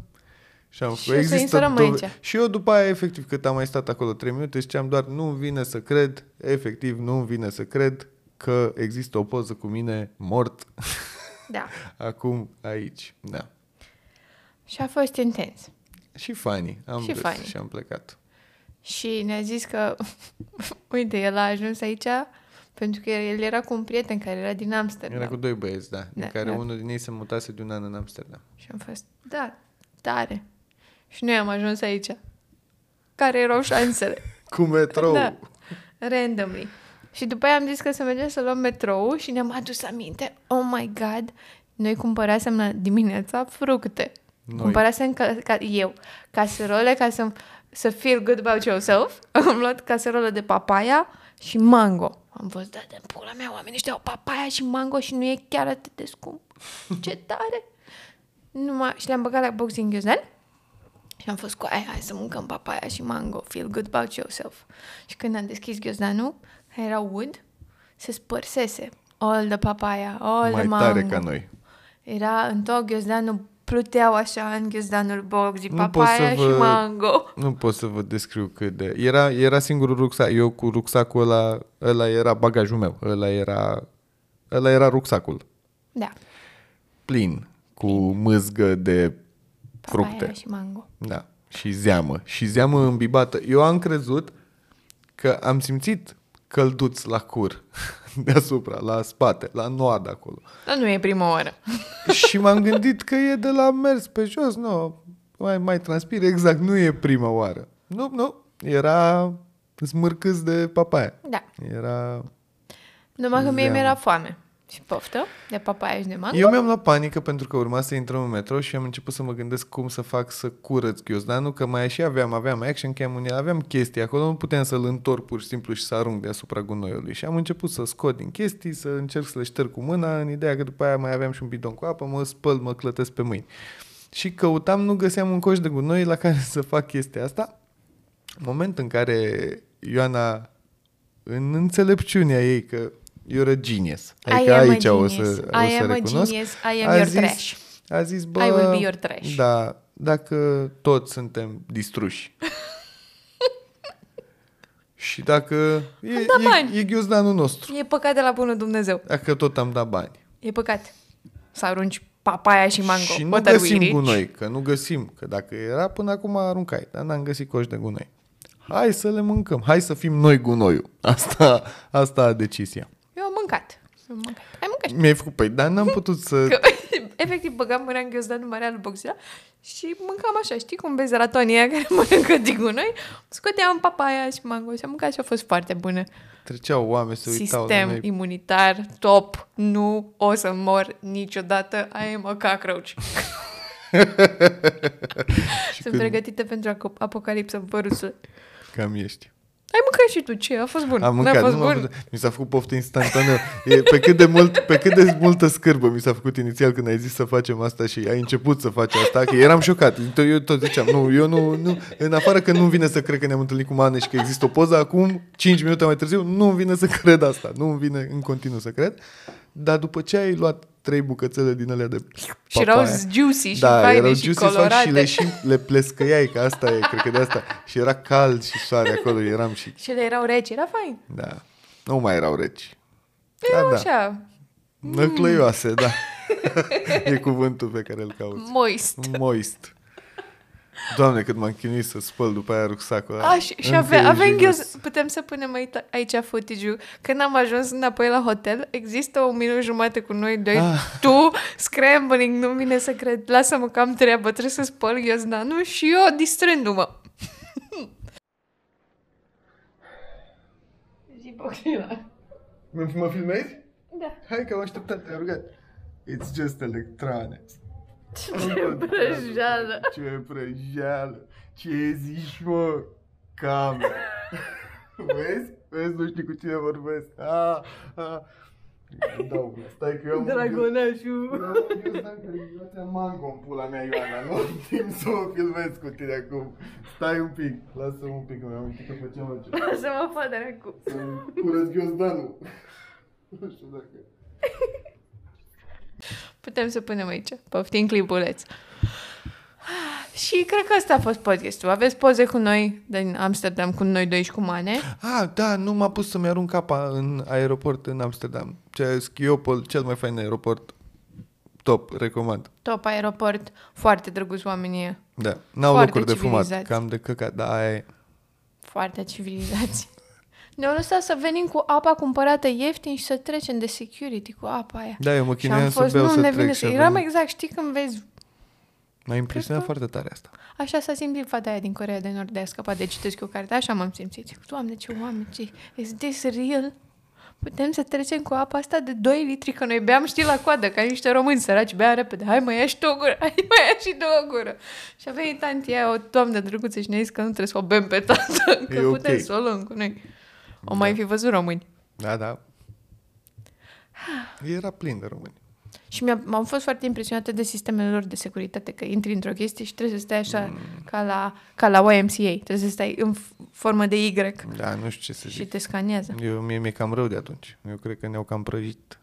S1: Și am
S2: Și
S1: făcut.
S2: o să inserăm aici.
S1: Și eu după aia, efectiv, cât am mai stat acolo 3 minute, ziceam doar, nu vine să cred, efectiv, nu vine să cred că există o poză cu mine mort (laughs)
S2: da.
S1: acum aici. Da.
S2: Și a fost intens.
S1: Și funny. Am
S2: Și
S1: și,
S2: funny.
S1: și am plecat.
S2: Și ne-a zis că, (laughs) uite, el a ajuns aici pentru că el era cu un prieten care era din Amsterdam.
S1: Era cu doi băieți, da,
S2: Da,
S1: da care
S2: da.
S1: unul din ei se mutase de un an în Amsterdam.
S2: Și am fost, da, tare. Și noi am ajuns aici. Care erau șansele?
S1: Cu metrou.
S2: Da. Randomly. Și după aia am zis că să mergem să luăm metrou și ne-am adus aminte. Oh my god! Noi cumpărasem la dimineața fructe.
S1: Noi.
S2: Cumpărasem ca, ca, eu caserole ca să, să feel good about yourself. (laughs) Am luat caserole de papaya și mango. Am fost, da, de pula mea, oamenii ăștia au papaya și mango și nu e chiar atât de
S1: (laughs)
S2: scump. Ce tare! Numai, și le-am băgat la boxing ghiozdan și am fost cu aia, hai să mâncăm papaya și mango, feel good about yourself. Și când am deschis ghiozdanul, care era wood, se spărsese. All the papaya, all
S1: Mai
S2: the mango.
S1: tare ca noi.
S2: Era în tot ghiozdanul, pluteau așa în ghiozdanul boxii,
S1: Nu pot să
S2: papaya
S1: vă-
S2: și mango.
S1: Nu pot să vă descriu cât de... Era, era singurul rucsac. Eu cu rucsacul ăla, ăla era bagajul meu. Ăla era, ăla era rucsacul.
S2: Da,
S1: Plin. Cu mâzgă de
S2: papaya
S1: fructe.
S2: și mango.
S1: Da. Și zeamă. Și zeamă îmbibată. Eu am crezut că am simțit călduț la cur. (laughs) Deasupra, la spate, la noad acolo.
S2: Dar nu e prima oară.
S1: și m-am gândit că e de la mers pe jos, nu, mai, mai transpir, exact, nu e prima oară. Nu, nu, era smârcâs de papaya.
S2: Da,
S1: Era...
S2: numai că mie
S1: Zeamă.
S2: mi-era foame. Și poftă de papaya și de mango.
S1: Eu mi-am luat panică pentru că urma să intrăm în metro și am început să mă gândesc cum să fac să curăț ghiozdanul, că mai și aveam, aveam action cam în el, aveam chestii acolo, nu puteam să-l întorc pur și simplu și să arunc deasupra gunoiului. Și am început să scot din chestii, să încerc să le șterg cu mâna, în ideea că după aia mai aveam și un bidon cu apă, mă spăl, mă clătesc pe mâini. Și căutam, nu găseam un coș de gunoi la care să fac chestia asta. Moment în care Ioana, în înțelepciunea ei că you're a genius, adică
S2: I am a
S1: aici o
S2: genius.
S1: să, o
S2: I
S1: să
S2: am a
S1: recunosc,
S2: genius. I am
S1: a
S2: your
S1: zis,
S2: trash.
S1: A zis, bă,
S2: I will be your trash.
S1: da, dacă toți suntem
S2: (laughs)
S1: distruși. Și dacă e,
S2: dat bani.
S1: e, e ghiozdanul nostru,
S2: E păcat de la bunul Dumnezeu.
S1: dacă tot am dat bani.
S2: E păcat să arunci papaya și mango.
S1: Și nu
S2: What are we
S1: găsim
S2: rich?
S1: gunoi, că nu găsim, că dacă era până acum aruncai, dar n-am găsit coș de gunoi. Hai să le mâncăm, hai să fim noi gunoiul. Asta, asta a decizia.
S2: Eu am mâncat. Am mâncat. Ai mâncat?
S1: Mi-ai făcut, păi, dar n-am putut să...
S2: Că, (laughs) efectiv, băgam mâna în ghiozdanul mare al boxila și mâncam așa, știi cum vezi ratonia aia care (laughs) mănâncă din gunoi? Scoteam papaya și mango și am mâncat și a fost foarte bună.
S1: Treceau oameni, se uitau la
S2: Sistem
S1: noi.
S2: imunitar top, nu o să mor niciodată, I am a
S1: (laughs)
S2: cockroach.
S1: Și
S2: Sunt
S1: când-
S2: pregătită pentru aco- apocalipsă, vărusule.
S1: Cam ești.
S2: Ai mâncat și tu ce? A fost bun.
S1: Am mâncat,
S2: N-a fost
S1: nu m-am
S2: bun.
S1: putut- mi s-a făcut poftă instantaneu. E, pe, cât de mult, pe cât de multă scârbă mi s-a făcut inițial când ai zis să facem asta și ai început să faci asta, că eram șocat. Eu tot ziceam, nu, eu nu, nu, în afară că nu-mi vine să cred că ne-am întâlnit cu Mane și că există o poză acum, 5 minute mai târziu, nu-mi vine să cred asta, nu-mi vine în continuu să cred. Dar după ce ai luat trei bucățele din alea de
S2: și erau
S1: papaya-
S2: juicy și
S1: da,
S2: faine
S1: erau
S2: și
S1: juicy
S2: colorate.
S1: și le, și le plescăiai, că asta e, cred că de asta. Și era cald și soare acolo, eram și
S2: Și ele erau reci, era fain.
S1: da. Nu mai erau reci.
S2: Erau
S1: da.
S2: așa,
S1: Năclăioase,
S2: (laughs)
S1: da. e cuvântul pe care îl caut.
S2: moist.
S1: Moist. Doamne, cât m-am chinuit să spăl după aia rucsacul ăla.
S2: A, și, și
S1: Încă
S2: avea,
S1: e
S2: avem
S1: jigos.
S2: ghiozdan. Putem să punem aici, aici footage-ul. Când am ajuns înapoi la hotel, există o minut jumate cu noi doi.
S1: Ah.
S2: Tu, scrambling, nu vine să cred. Lasă-mă că am treabă, trebuie să spăl ghiozdanul și eu distrându-mă. Zi, Bogdana.
S1: Mă, mă filmezi?
S2: Da.
S1: Hai că am așteptat, te-am rugat. It's just electrone.
S2: Ce prăjeală.
S1: Ce prăjeală. Ce zici, mă? Camera. Vezi? Vezi, nu știi cu cine vorbesc. Ah, ah. Da, stai că eu am... un ghiozdan-
S2: Dragonașul.
S1: Eu mango în pula mea, Ioana, nu am timp să o filmez cu tine acum. Stai un pic, lasă un pic, mi-am amintit că făceam altceva.
S2: Să mă fac de acum.
S1: Să-mi curăț ghiozdanul. Nu știu dacă...
S2: Putem să punem aici. Poftim clipuleț. (sighs) Și cred că asta a fost podcastul. Aveți poze cu noi din Amsterdam, cu noi doi și cu Mane.
S1: Ah, da, nu m-a pus să-mi arunc capa în aeroport în Amsterdam. Ce Schiopol, cel mai fain aeroport. Top, recomand.
S2: Top aeroport, foarte drăguț oamenii, ăia.
S1: Da, n-au
S2: Foarte
S1: locuri de fumat,
S2: civilizați.
S1: cam de căcat, da, aia e.
S2: foarte
S1: (laughs)
S2: civilizați. Ne-au lăsat să venim cu apa cumpărată ieftin și să trecem de security cu apa aia.
S1: Da, eu mă
S2: și
S1: chinuiam
S2: am
S1: să
S2: fost,
S1: beau
S2: nu,
S1: să
S2: ne
S1: trec.
S2: vine să...
S1: să
S2: Eram
S1: vin.
S2: exact, știi când vezi,
S1: M-a impresionat
S2: Cred
S1: foarte tare asta.
S2: așa s-a simțit fata aia din Corea de Nord de a scăpat de citesc eu cartea, așa m-am simțit. Zic, Doamne, ce oameni, ce, is this real? Putem să trecem cu apa asta de 2 litri, că noi beam, știi, la coadă, ca niște români săraci, bea repede, hai mai ia și tu o gură, (laughs) hai mai ia și tu o gură. Și a venit tantia, o doamnă drăguță și ne-a zis că nu trebuie să o bem pe tată, (laughs) că
S1: E
S2: putem
S1: ok.
S2: să o luăm cu noi. O mai fi văzut români.
S1: Da, da. Era plin de români.
S2: Și mi-a, m-am fost foarte impresionată de sistemele lor de securitate, că intri într-o chestie și trebuie să stai așa, mm. ca, la, ca la YMCA, trebuie să stai în f- formă de Y
S1: Da, nu știu ce să
S2: și
S1: zic.
S2: te scanează.
S1: Eu, mie mi-e cam rău de atunci. Eu cred că ne-au cam prăjit.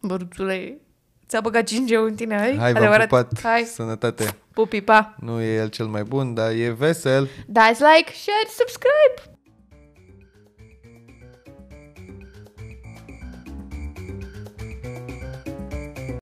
S2: Bărțule, ți-a băgat 5 în tine, ai?
S1: Hai, v-am
S2: Păi, Adevărat.
S1: pupat.
S2: Hai,
S1: Sănătate.
S2: pupi, pa!
S1: Nu e el cel mai bun, dar e vesel.
S2: Dați like, share, subscribe!